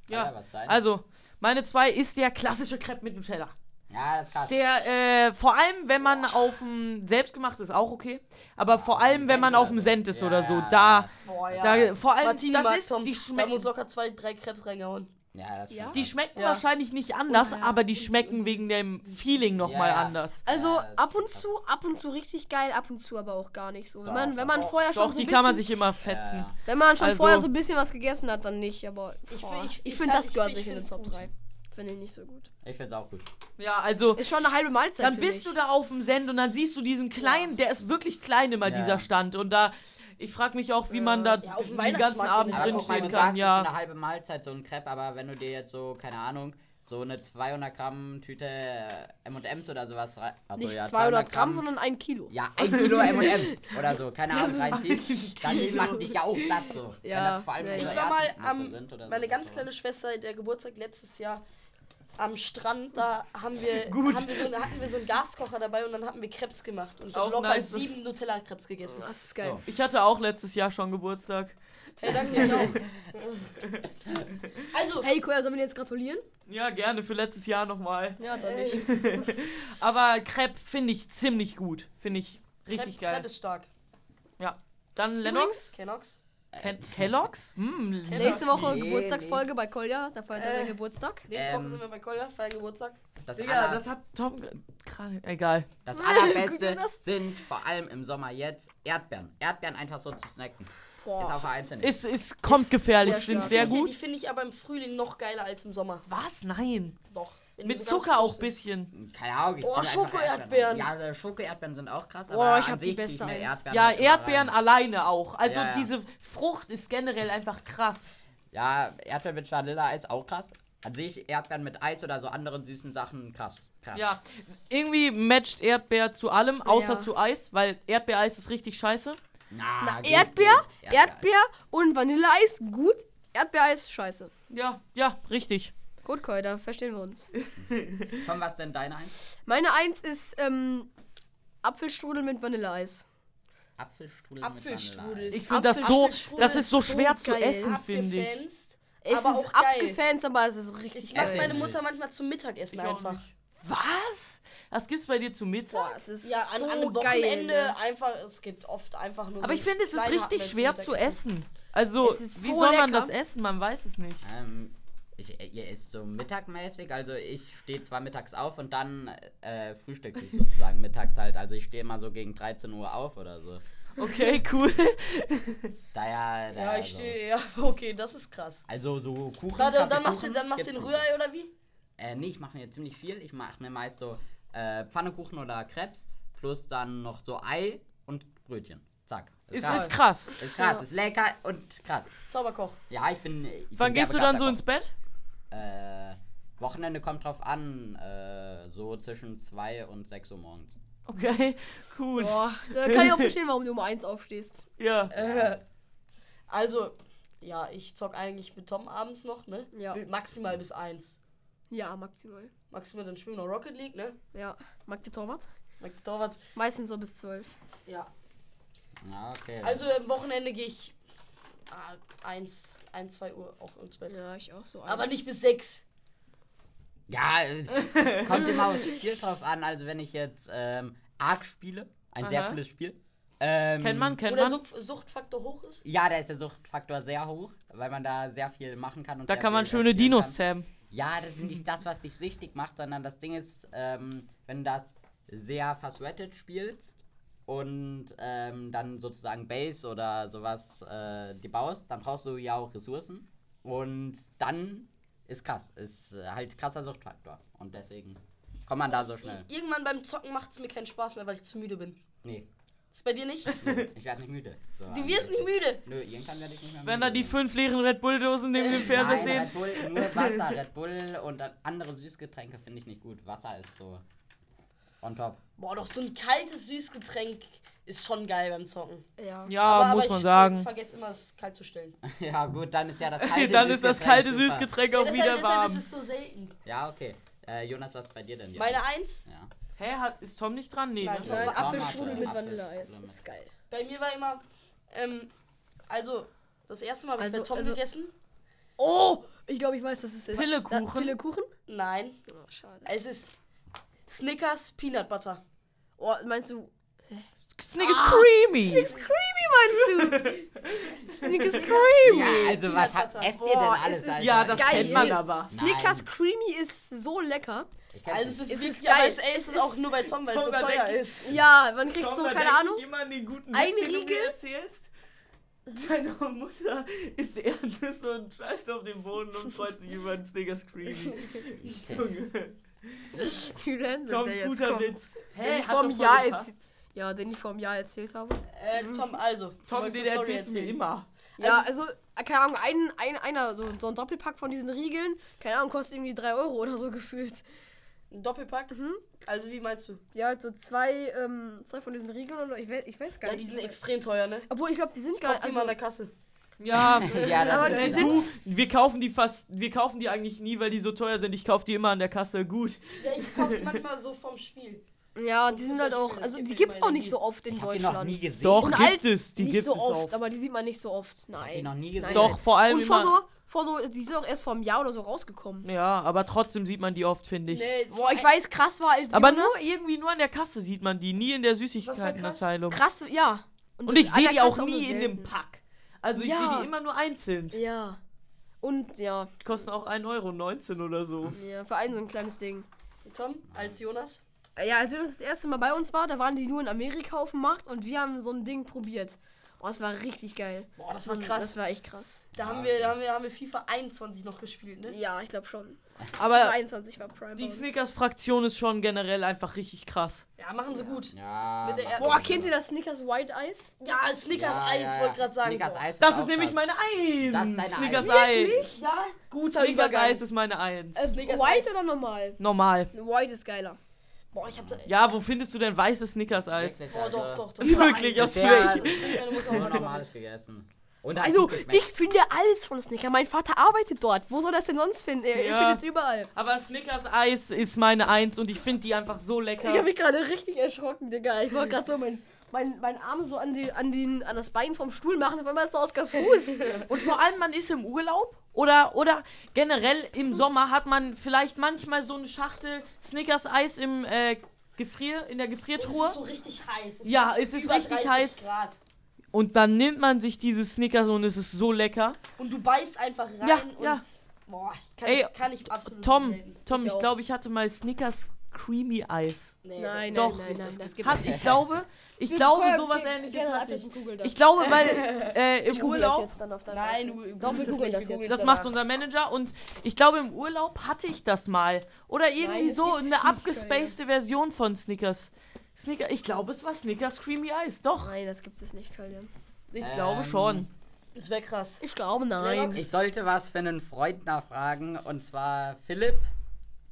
D: Kolja,
B: Ja,
D: was dein?
B: also, meine 2 ist der klassische Crepe mit Nutella.
D: Ja, das ist krass.
B: Der, äh, vor allem, wenn man auf dem selbstgemacht ist, auch okay. Aber vor allem, wenn man auf dem Send ist
D: Ja,
B: oder so,
D: ja,
B: da,
A: Boah,
B: da, vor allem,
A: Martine
B: das
A: mag
B: ist,
A: Tom.
B: die
A: Da muss
B: schmecken,
A: locker zwei, drei Krebs reingehauen.
D: Ja, das ist
C: Ja.
D: schon
B: die
D: krass.
B: schmecken
A: Ja.
B: wahrscheinlich nicht anders,
C: Und-
B: aber die schmecken wegen dem Feeling nochmal
D: Ja, ja.
B: anders.
C: Also
D: Ja, das
C: ab und
D: ist krass.
C: zu, ab und zu richtig geil, ab und zu aber auch gar nicht so. Wenn
D: Doch,
C: man, wenn man
A: doch.
C: vorher schon
B: Doch,
C: so ein
B: die
C: bisschen,
B: kann man sich immer fetzen.
D: Ja,
C: wenn man schon
B: also-
C: vorher so ein bisschen was gegessen hat, dann nicht. Aber ich,
A: find- ich-
C: ich,
A: ich
C: finde,
A: kann-
C: das
A: ich
C: gehört
A: find-
C: nicht
A: ich
C: in den
A: find's
C: Top
A: gut.
C: 3. Finde ich nicht so gut.
D: Ich find's auch gut.
B: Ja, also
C: Ist schon eine halbe Mahlzeit.
B: dann
C: für mich.
B: bist du da auf dem Send und dann siehst du diesen kleinen, der ist wirklich klein immer
D: Ja.
B: dieser Stand und da ich frage mich auch, wie man da
A: Ja, auf dem
B: den ganzen
A: Weihnachtsmarkt
B: Abend
A: generell.
D: Aber
B: drin
D: guck mal,
B: stehen
D: du
B: kann,
D: sagst, es ist
B: ja.
D: eine halbe Mahlzeit so ein Crepe, aber wenn du dir jetzt so, keine Ahnung, so eine 200 Gramm Tüte äh, M&M's oder sowas rein... Also
C: nicht
D: ja,
C: 200 Gramm, sondern ein Kilo.
D: Ja, ein Kilo M&M's oder so, keine Ahnung, reinziehst, dann macht dich ja auch satt so.
C: Ja,
D: Wenn das vor allem
C: ja,
D: so
C: ja.
A: Ich war mal
D: Erdnüsse
A: am,
D: sind oder
A: meine
D: so.
A: ganz kleine Schwester, der Geburtstag letztes Jahr, am Strand, da haben wir,
B: Gut.
A: haben wir so, einen- hatten wir so einen Gaskocher dabei und dann hatten wir Krebs gemacht. Und ich habe
B: Auch
A: locker
B: nice, das-
A: sieben Nutella-Krebs gegessen.
C: Das ist geil.
D: So.
B: Ich hatte auch letztes Jahr schon Geburtstag.
A: Hey, danke, ich auch. Also,
C: Hey, Koya, sollen wir dir jetzt gratulieren? Äh,
B: Ja, gerne für letztes Jahr nochmal.
C: Ja, dann nicht.
B: Aber Crepe finde ich ziemlich gut, finde ich richtig
A: Crepe-
B: geil.
A: Crepe ist stark.
B: Dann Lennox.
A: Kenox?
B: Ken Kellogg's? Hm,
C: Nächste Woche
D: Nee,
C: Geburtstagsfolge bei Kolja, da feiert er
A: Äh.
C: seinen Geburtstag.
A: Nächste
D: Ähm.
A: Woche sind wir bei Kolja, feiern Geburtstag.
D: Das,
B: Digga,
D: aller,
B: das
D: das,
B: hat Tom. ge- Kran- Egal.
D: allerbeste
C: Guck mal, das-
D: sind vor allem im Sommer jetzt Erdbeeren. Erdbeeren einfach so zu snacken. Ist auch vereinzelt.
B: Es, es kommt gefährlich,
C: sehr
B: sind
C: stark.
B: sehr
A: Die finde ich-
B: gut.
A: Die finde ich aber im Frühling noch geiler als im Sommer.
B: Was? Nein.
A: Doch. wenn die
B: Mit
A: so
B: Zucker
A: ganz frisch
B: auch ein
A: sind.
B: bisschen.
D: Keine Ahnung, ich
A: Oh,
D: zocke einfach
A: Schoko-Erdbeeren.
D: Erdbeeren. Ja, äh, Schoko-Erdbeeren sind auch krass,
C: Oh,
D: aber
C: ich
D: an
C: hab die
D: sich zieh
C: beste
D: mir
C: eins.
D: Erdbeeren
B: Ja,
D: halt immer rein.
B: Erdbeeren alleine auch. Also
D: Ja, ja.
B: diese Frucht ist generell einfach krass.
D: Ja, Erdbeeren mit Vanilleeis auch krass. An sich Erdbeeren mit Eis oder so anderen süßen Sachen krass. krass.
B: Ja, irgendwie matcht Erdbeer zu allem, außer
C: Ja.
B: zu Eis, weil Erdbeereis ist richtig scheiße.
D: Na, geht,
C: Erdbeer,
D: geht.
C: Erdbeer und Vanilleeis, gut. Erdbeereis, scheiße.
B: Ja, ja, richtig.
C: Gut, Koi, da verstehen wir uns.
D: Komm, was denn deine eins?
C: Meine Eins ist ähm, Apfelstrudel mit Vanilleeis.
D: Apfelstrudel.
A: Apfelstrudel.
D: Mit
B: Ich finde das so,
C: Apfelstrudel
B: das ist so
C: ist so
B: schwer zu
C: geil.
B: essen, finde ich.
A: Abgefenst,
C: Es
A: aber
C: ist
A: auch geil.
C: abgefanzt, aber es ist richtig
A: Ich mag
D: Esse
C: geil.
A: meine
D: nicht.
A: Mutter manchmal zum Mittagessen
B: auch
A: einfach.
B: Was? Das gibt's bei dir zu Mittag?
C: Boah, es ist
A: Ja, an,
C: so
A: an einem
C: geil.
A: Wochenende
C: ne?
A: einfach, es gibt oft einfach nur
B: Aber ich finde, es ist richtig schwer zu essen. Also,
C: Es ist
B: wie
C: so
B: soll man
C: lecker.
B: das essen? Man weiß es nicht.
D: Ähm, ich, ihr isst so mittagmäßig, also ich stehe zwar mittags auf und dann äh, frühstücke ich sozusagen mittags halt. Also ich stehe immer so gegen 13 Uhr auf oder so.
B: Okay, cool.
D: Daher, daher
A: Ja, ich
D: so.
A: stehe, ja, okay, das ist krass.
D: Also so Kuchen.
A: Na, dann, dann machst
D: Kaffeekuchen
A: du, dann machst du
D: gibt's
A: den
D: nicht.
A: Rührei oder wie?
D: Äh, nee, ich mache mir ziemlich viel. Ich mache mir meist so äh, Pfannekuchen oder Krebs plus dann noch so Ei und Brötchen. Zack.
B: Es
D: krass.
B: ist krass.
D: Ist krass, ist lecker und krass.
A: Zauberkoch.
D: Ja, ich bin. Ich
B: Wann
D: bin sehr
B: gehst du dann so
D: begabter
B: ins Bett?
D: Koch. Äh, Wochenende kommt drauf an, äh, so zwischen 2 und 6 Uhr morgens.
B: Okay, cool.
C: Boah, da kann ich auch verstehen, warum du um eins aufstehst.
B: Ja.
A: Äh, also, ja, ich zock eigentlich mit Tom abends noch, ne?
C: Ja.
A: Maximal bis eins.
C: Ja, maximal.
A: Maximal, dann spielen wir noch Rocket League, ne?
C: Ja, mag der Torwart?
A: Mag die Torwart.
C: Meistens so bis zwölf.
A: Ja.
D: Ja, Ah, okay.
A: Also, am Wochenende gehe ich ah, eins, ein, zwei Uhr auch ins Bett.
C: Ja, ich auch so.
A: Aber nicht bis sechs.
D: ja, es kommt immer aufs Spiel drauf an. Also, wenn ich jetzt ähm, Ark spiele, ein sehr
B: Aha.
D: cooles Spiel. Ähm,
B: Kennt man, kennt
A: Oder
B: man.
A: Sucht, Suchtfaktor hoch ist.
D: Ja, da ist der Suchtfaktor sehr hoch, weil man da sehr viel machen kann. Und
B: Da
D: sehr
B: kann man
D: viel, äh,
B: schöne
D: spielen
B: Dinos
D: kann.
B: zähmen.
D: Ja, das ist nicht das, was dich süchtig macht, sondern das Ding ist, ähm, wenn du das sehr versweatet spielst und ähm, dann sozusagen Base oder sowas äh, dir baust, dann brauchst du ja auch Ressourcen. Und dann ist krass. Ist äh, halt krasser Suchtfaktor. Und deswegen kommt man da so schnell.
A: Irgendwann beim Zocken macht es mir keinen Spaß mehr, weil ich zu müde bin.
D: Nee,
A: Ist bei dir nicht? Du
D: ich werde nicht müde. So, also,
A: wirst nicht müde.
D: Nö, irgendwann werde ich nicht mehr müde.
B: Wenn da die fünf leeren Red Bull-Dosen neben dem Fernseher
D: Nein,
B: stehen.
D: Red Bull, nur Wasser, Red Bull und dann andere Süßgetränke finde ich nicht gut. Wasser ist so on top.
A: Boah, doch so ein kaltes Süßgetränk ist schon geil beim Zocken.
C: Ja.
B: Ja,
A: aber,
B: muss
A: aber
B: man
A: ich
B: sagen.
A: vergesse immer, es kalt zu stellen.
D: Ja, gut, dann ist ja das kalte
B: Dann ist das
D: Süßgetränk
B: kalte
D: super.
B: Süßgetränk
A: Ja,
B: auch
A: deshalb,
B: wieder
A: deshalb ist
B: warm.
A: es so selten.
D: Ja, okay. Äh, Jonas, was ist bei dir denn? Jonas?
A: Meine Eins,
D: Ja.
B: Hä, hat, ist Tom nicht dran? Nee,
A: Nein,
B: ne?
A: Tom.
C: Nein,
D: Tomate,
C: Apfelstrudel mit
D: Apfelstrudel
C: Vanilleeis.
D: mit-
C: Ist geil.
A: bei mir war immer, ähm, also, das erste Mal habe ich
C: Also-
A: bei Tom
C: also-
A: gegessen.
C: Oh, ich glaube, ich weiß, was es ist.
B: Pillekuchen.
C: Da- Pillekuchen?
A: Nein,
C: Oh, schade.
A: es ist Snickers Peanut Butter.
C: Oh, meinst du?
B: Snickers
A: Ah,
B: Creamy.
C: Creamy meinst du? Snickers Creamy.
D: ja, also was
A: Peanut
D: habt
A: Butter.
D: esst ihr denn
C: Boah,
D: alles?
C: Oh, es ist
D: Alter?
B: Ja, das
C: Geil.
B: kennt man aber.
C: Snickers
D: Nein.
C: Creamy ist so lecker.
D: Ich kenn's
A: Also, es
D: nicht.
A: ist,
C: Es ist
A: wirklich
C: geil.
A: Aber es, ey, es
C: Es
A: ist auch
C: ist-
A: nur bei Tom, weil es so
B: Tom, da
A: teuer
B: denk ich-
A: ist.
C: Ja, man kriegt so, keine Ahnung.
B: Jemand den guten
C: Ein
B: Witz, den du mir
C: Riegel?
B: erzählst. Deine Mutter isst Erdnüsse und scheißt auf den Boden und freut sich über einen Snickers Creamy. Junge.
C: Julian, wenn
B: Toms
C: der jetzt
B: guter
C: kommt.
B: Witz.
C: Den
B: Hä,
C: ich
B: hat
C: vor
B: doch
C: einem
B: voll
C: Jahr
B: gepasst.
C: erzählt. Ja, den ich vor einem Jahr erzählt habe.
A: Äh, Tom, also. du
B: Tom,
A: wolltest
B: den
A: eine Story
B: erzählst du mir
A: erzählen.
B: immer.
C: Ja, also, äh, keine Ahnung, ein, ein, einer, so, so ein Doppelpack von diesen Riegeln, keine Ahnung, kostet irgendwie 3 Euro oder so gefühlt.
A: Ein Doppelpack? Also, wie meinst du?
C: Ja, halt so zwei, ähm, zwei von diesen Riegeln oder ich weiß, ich weiß gar
A: Ja,
C: nicht.
A: die sind extrem teuer, ne?
C: Obwohl, ich glaube, die sind gar
A: Kauf
C: nicht.
A: die mal an
C: Also,
A: der Kasse.
B: Ja, Äh,
D: ja, das
C: aber
D: ist
C: die
D: es
C: sind-
D: auch.
B: du, wir kaufen die fast, wir kaufen die eigentlich nie, weil die so teuer sind. Ich kaufe die immer an der Kasse. Gut.
A: Ja, ich kaufe die manchmal so vom Spiel.
C: ja, die sind halt auch, also die gibt's auch nicht so oft in
D: Ich hab die noch nie
C: Deutschland.
D: gesehen.
B: Doch.
C: Und
B: Gibt
C: alt
B: es, die
C: nicht
B: gibt
C: so
B: es
C: oft,
B: auch.
C: aber die sieht man nicht so oft.
D: Ich hab die
C: Nein.
D: noch nie gesehen.
B: Doch, vor allem
C: Und vor
B: immer.
C: so, vor so, die sind auch erst vor einem Jahr oder so rausgekommen.
B: Ja, aber trotzdem sieht man die oft, finde ich.
A: Nee,
C: Boah, ich weiß, krass war als
B: Aber nur
C: Jonas,
B: irgendwie nur an der Kasse sieht man die, nie in der
A: Was war krass?
B: Süßigkeitenabteilung.
C: krass, ja.
B: Und ich
C: an der
B: sehe die auch
C: Kasse nur
B: nie in dem
C: selten.
B: Pack. Also ich
C: Ja.
B: sehe die immer nur einzeln.
C: Ja. Und ja,
B: Die kosten auch 1,19 Euro oder so.
C: ja, Verein so ein kleines Ding.
A: Tom, als Jonas.
C: Ja, als Jonas das erste Mal bei uns war, da waren die nur in Amerika auf dem Markt und wir haben so ein Ding probiert. Oh, das war richtig geil.
A: Boah, das war krass.
C: Das war echt krass.
D: Ah,
A: Da haben wir, da haben wir, haben wir FIFA 21 noch gespielt, ne?
C: Ja, ich glaube schon.
B: Aber
C: 23 war Prime.
B: die
C: bei uns.
B: Snickers-Fraktion ist schon generell einfach richtig krass.
A: Ja, machen sie gut.
D: Ja.
A: Mit der
D: mach
A: Erd-
D: das
C: Boah,
D: so.
C: kennt ihr das Snickers White Ice?
A: Ja, Snickers Eis, wollte gerade sagen.
D: Snickers
A: Boah.
D: Eis
B: Das
D: auch
B: ist nämlich
D: krass.
B: meine Eins.
D: Das ist deine Eins.
B: Snickers Eins.
A: Ja, guter
B: Snickers
A: Übergang.
B: Eis ist meine Eins.
C: Äh,
A: Snickers
C: White
A: Eis.
C: oder normal?
B: Normal.
C: White ist geiler.
A: Boah, ich hab da.
B: Ja, wo findest du denn weißes Snickers Eis?
D: Wirklich,
A: Boah,
D: also,
A: doch, doch. Das war
B: Wirklich, aus
D: Bisher
B: Fläche.
A: meine Mutter
D: nur
A: auch
D: normales gegessen. Und hat
C: Also,
D: gut geschmeckt.
C: ich finde alles von Snickers. Mein Vater arbeitet dort. Wo soll das denn sonst finden? Er
B: Ja.
C: ja. findet es überall.
B: Aber Snickers Eis ist meine Eins und ich finde die einfach so lecker.
C: Ich habe mich gerade richtig erschrocken, Digga. Ich wollte gerade so meinen mein, mein Arm so an, die, an, den, an das Bein vom Stuhl machen, auf einmal ist da Oskars Fuß.
B: Und vor allem, man ist im Urlaub oder, oder generell im Sommer hat man vielleicht manchmal so eine Schachtel Snickers Eis im äh, Gefrier, in der
A: Es ist
B: Gefriertruhe.
A: so richtig heiß. Es
B: Ja, es ist
A: über
B: richtig
A: 30
B: heiß.
A: Grad.
B: Und dann nimmt man sich dieses Snickers und es ist so lecker.
A: Und du beißt einfach rein
B: Ja,
A: und.
B: ja.
A: Boah, ich kann,
B: Ey,
A: ich, kann ich absolut
B: Tom,
A: nicht relaten.
B: Tom,
C: Ich
B: Mhm. ich
C: auch.
B: glaube, ich hatte mal Snickers Creamy Eis.
A: Nee,
C: Nein,
A: das-
C: nein, nein, nein, das gibt
B: Hat, ich glaube, ich glaube, sowas ähnliches hatte ich. Ich glaube, weil äh, im Urlaub,
C: jetzt dann auf deinem
A: Nein,
C: iPhone.
A: du
C: Doch, wir
A: googelst es nicht,
C: googeln das
A: wir
C: jetzt.
A: googeln
B: das
A: es
B: macht
A: danach.
B: unser Manager und ich glaube, im Urlaub hatte ich das mal. Oder irgendwie
C: Nein, es
B: so
C: gibt
B: eine
C: nicht,
B: abgespacede Version von Snickers. Snicker, ich glaube, es war Snickers Creamy Eis, doch.
C: Nein, das gibt es nicht, Köln.
B: Ich
D: Ähm,
B: glaube schon.
A: Das wäre krass.
C: Ich glaube
A: nein.
D: Ich sollte was für einen Freund nachfragen und zwar Philipp.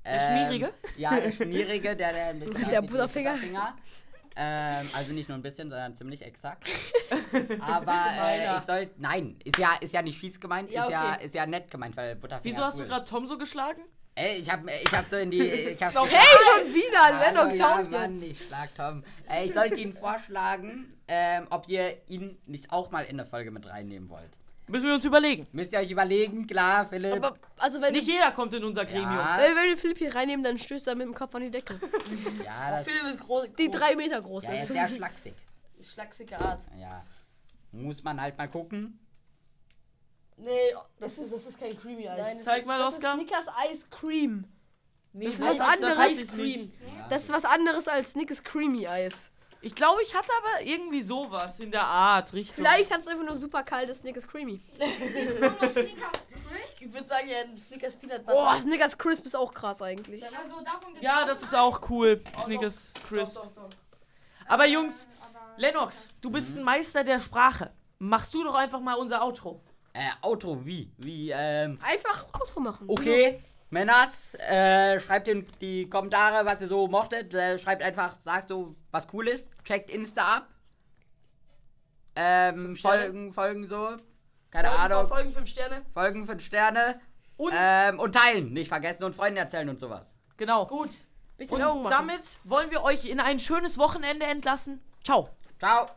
D: ähm,
B: Der Schmierige?
D: Ja, der Schmierige, der, der ein bisschen. aussieht wie ein
C: Butterfinger.
D: Butterfinger. Ähm, also nicht nur ein bisschen, sondern ziemlich exakt. Aber äh, ich sollte. Nein, ist ja, ist ja nicht fies gemeint,
A: Ja,
D: ist, ja,
A: okay.
D: ist ja nett gemeint, weil Butterfinger.
B: Wieso hast du
D: cool.
B: gerade Tom so geschlagen?
D: Ey, ich hab, ich hab so in die. Ich hab's
B: glaub,
D: geschafft.
C: Hey, schon wieder! Die
D: Hallo,
C: Sendung
D: ja,
C: schaut
D: Mann,
C: jetzt.
D: ich schlag Tom. Äh, ich sollte Ihnen vorschlagen, ähm, ob ihr ihn nicht auch mal in der Folge mit reinnehmen wollt.
B: Müssen wir uns überlegen.
D: Müsst ihr euch überlegen, klar, Philipp.
C: Aber, also, wenn
B: Nicht
C: wir,
B: jeder kommt in unser Gremium.
A: Äh,
D: ja,
C: wenn wir Philipp hier reinnehmen, dann stößt er mit dem Kopf an die Decke.
D: ja, das
A: Philipp ist groß.
C: Die
A: groß.
C: drei Meter groß Oh,
D: ja, er
C: ist.
D: ist sehr schlaksig.
A: Schlagsige Art.
D: Ja. Muss man halt mal gucken.
A: Nee, das ist, das ist kein Creamy Eis.
C: Nein, das
B: Zeig
C: ist-
B: mal,
C: das
B: Oskar.
C: ist Snickers Ice Cream.
B: Nee,
C: das ist
B: weiß
C: was
B: ich- das
C: anderes.
B: weiß ich
A: Ice
B: nicht.
A: Cream.
C: Das ist was anderes als Snickers Creamy Eis.
B: Ich glaube, ich hatte aber irgendwie sowas in der Art, Richtung.
C: Vielleicht hat es einfach nur super kaltes Snickers Creamy.
F: Snickers Crisp.
A: Ich würde sagen, ja, ein Snickers Peanut Butter.
C: Boah, Snickers Crisp ist auch krass eigentlich.
F: Also davon gibt's
B: Ja,
F: auch
B: das ist
F: eins,
B: auch cool. Snickers
A: doch,
B: Chris.
A: doch, doch.
B: Aber Jungs,
F: aber-
B: Lennox, du bist ein Meister der Sprache. Machst du doch einfach mal unser Outro.
D: Äh, Auto wie? Wie, ähm.
C: Einfach Auto machen. Genau.
D: Okay, Männers, äh, schreibt in die Kommentare, was ihr so mochtet. Äh, schreibt einfach, sagt so, was cool ist. Checkt Insta ab. Ähm,
A: Sterne.
D: folgen, folgen so. Keine
A: Folgen,
D: Ahnung.
A: Folgen 5 Sterne.
D: Folgen 5 Sterne.
B: Und,
D: Ähm, und teilen, nicht vergessen und Freunden erzählen und sowas.
B: genau.
A: Gut.
C: Bisschen
B: Und
C: Augen machen.
B: damit wollen wir euch in ein schönes Wochenende entlassen. Ciao.
D: Ciao.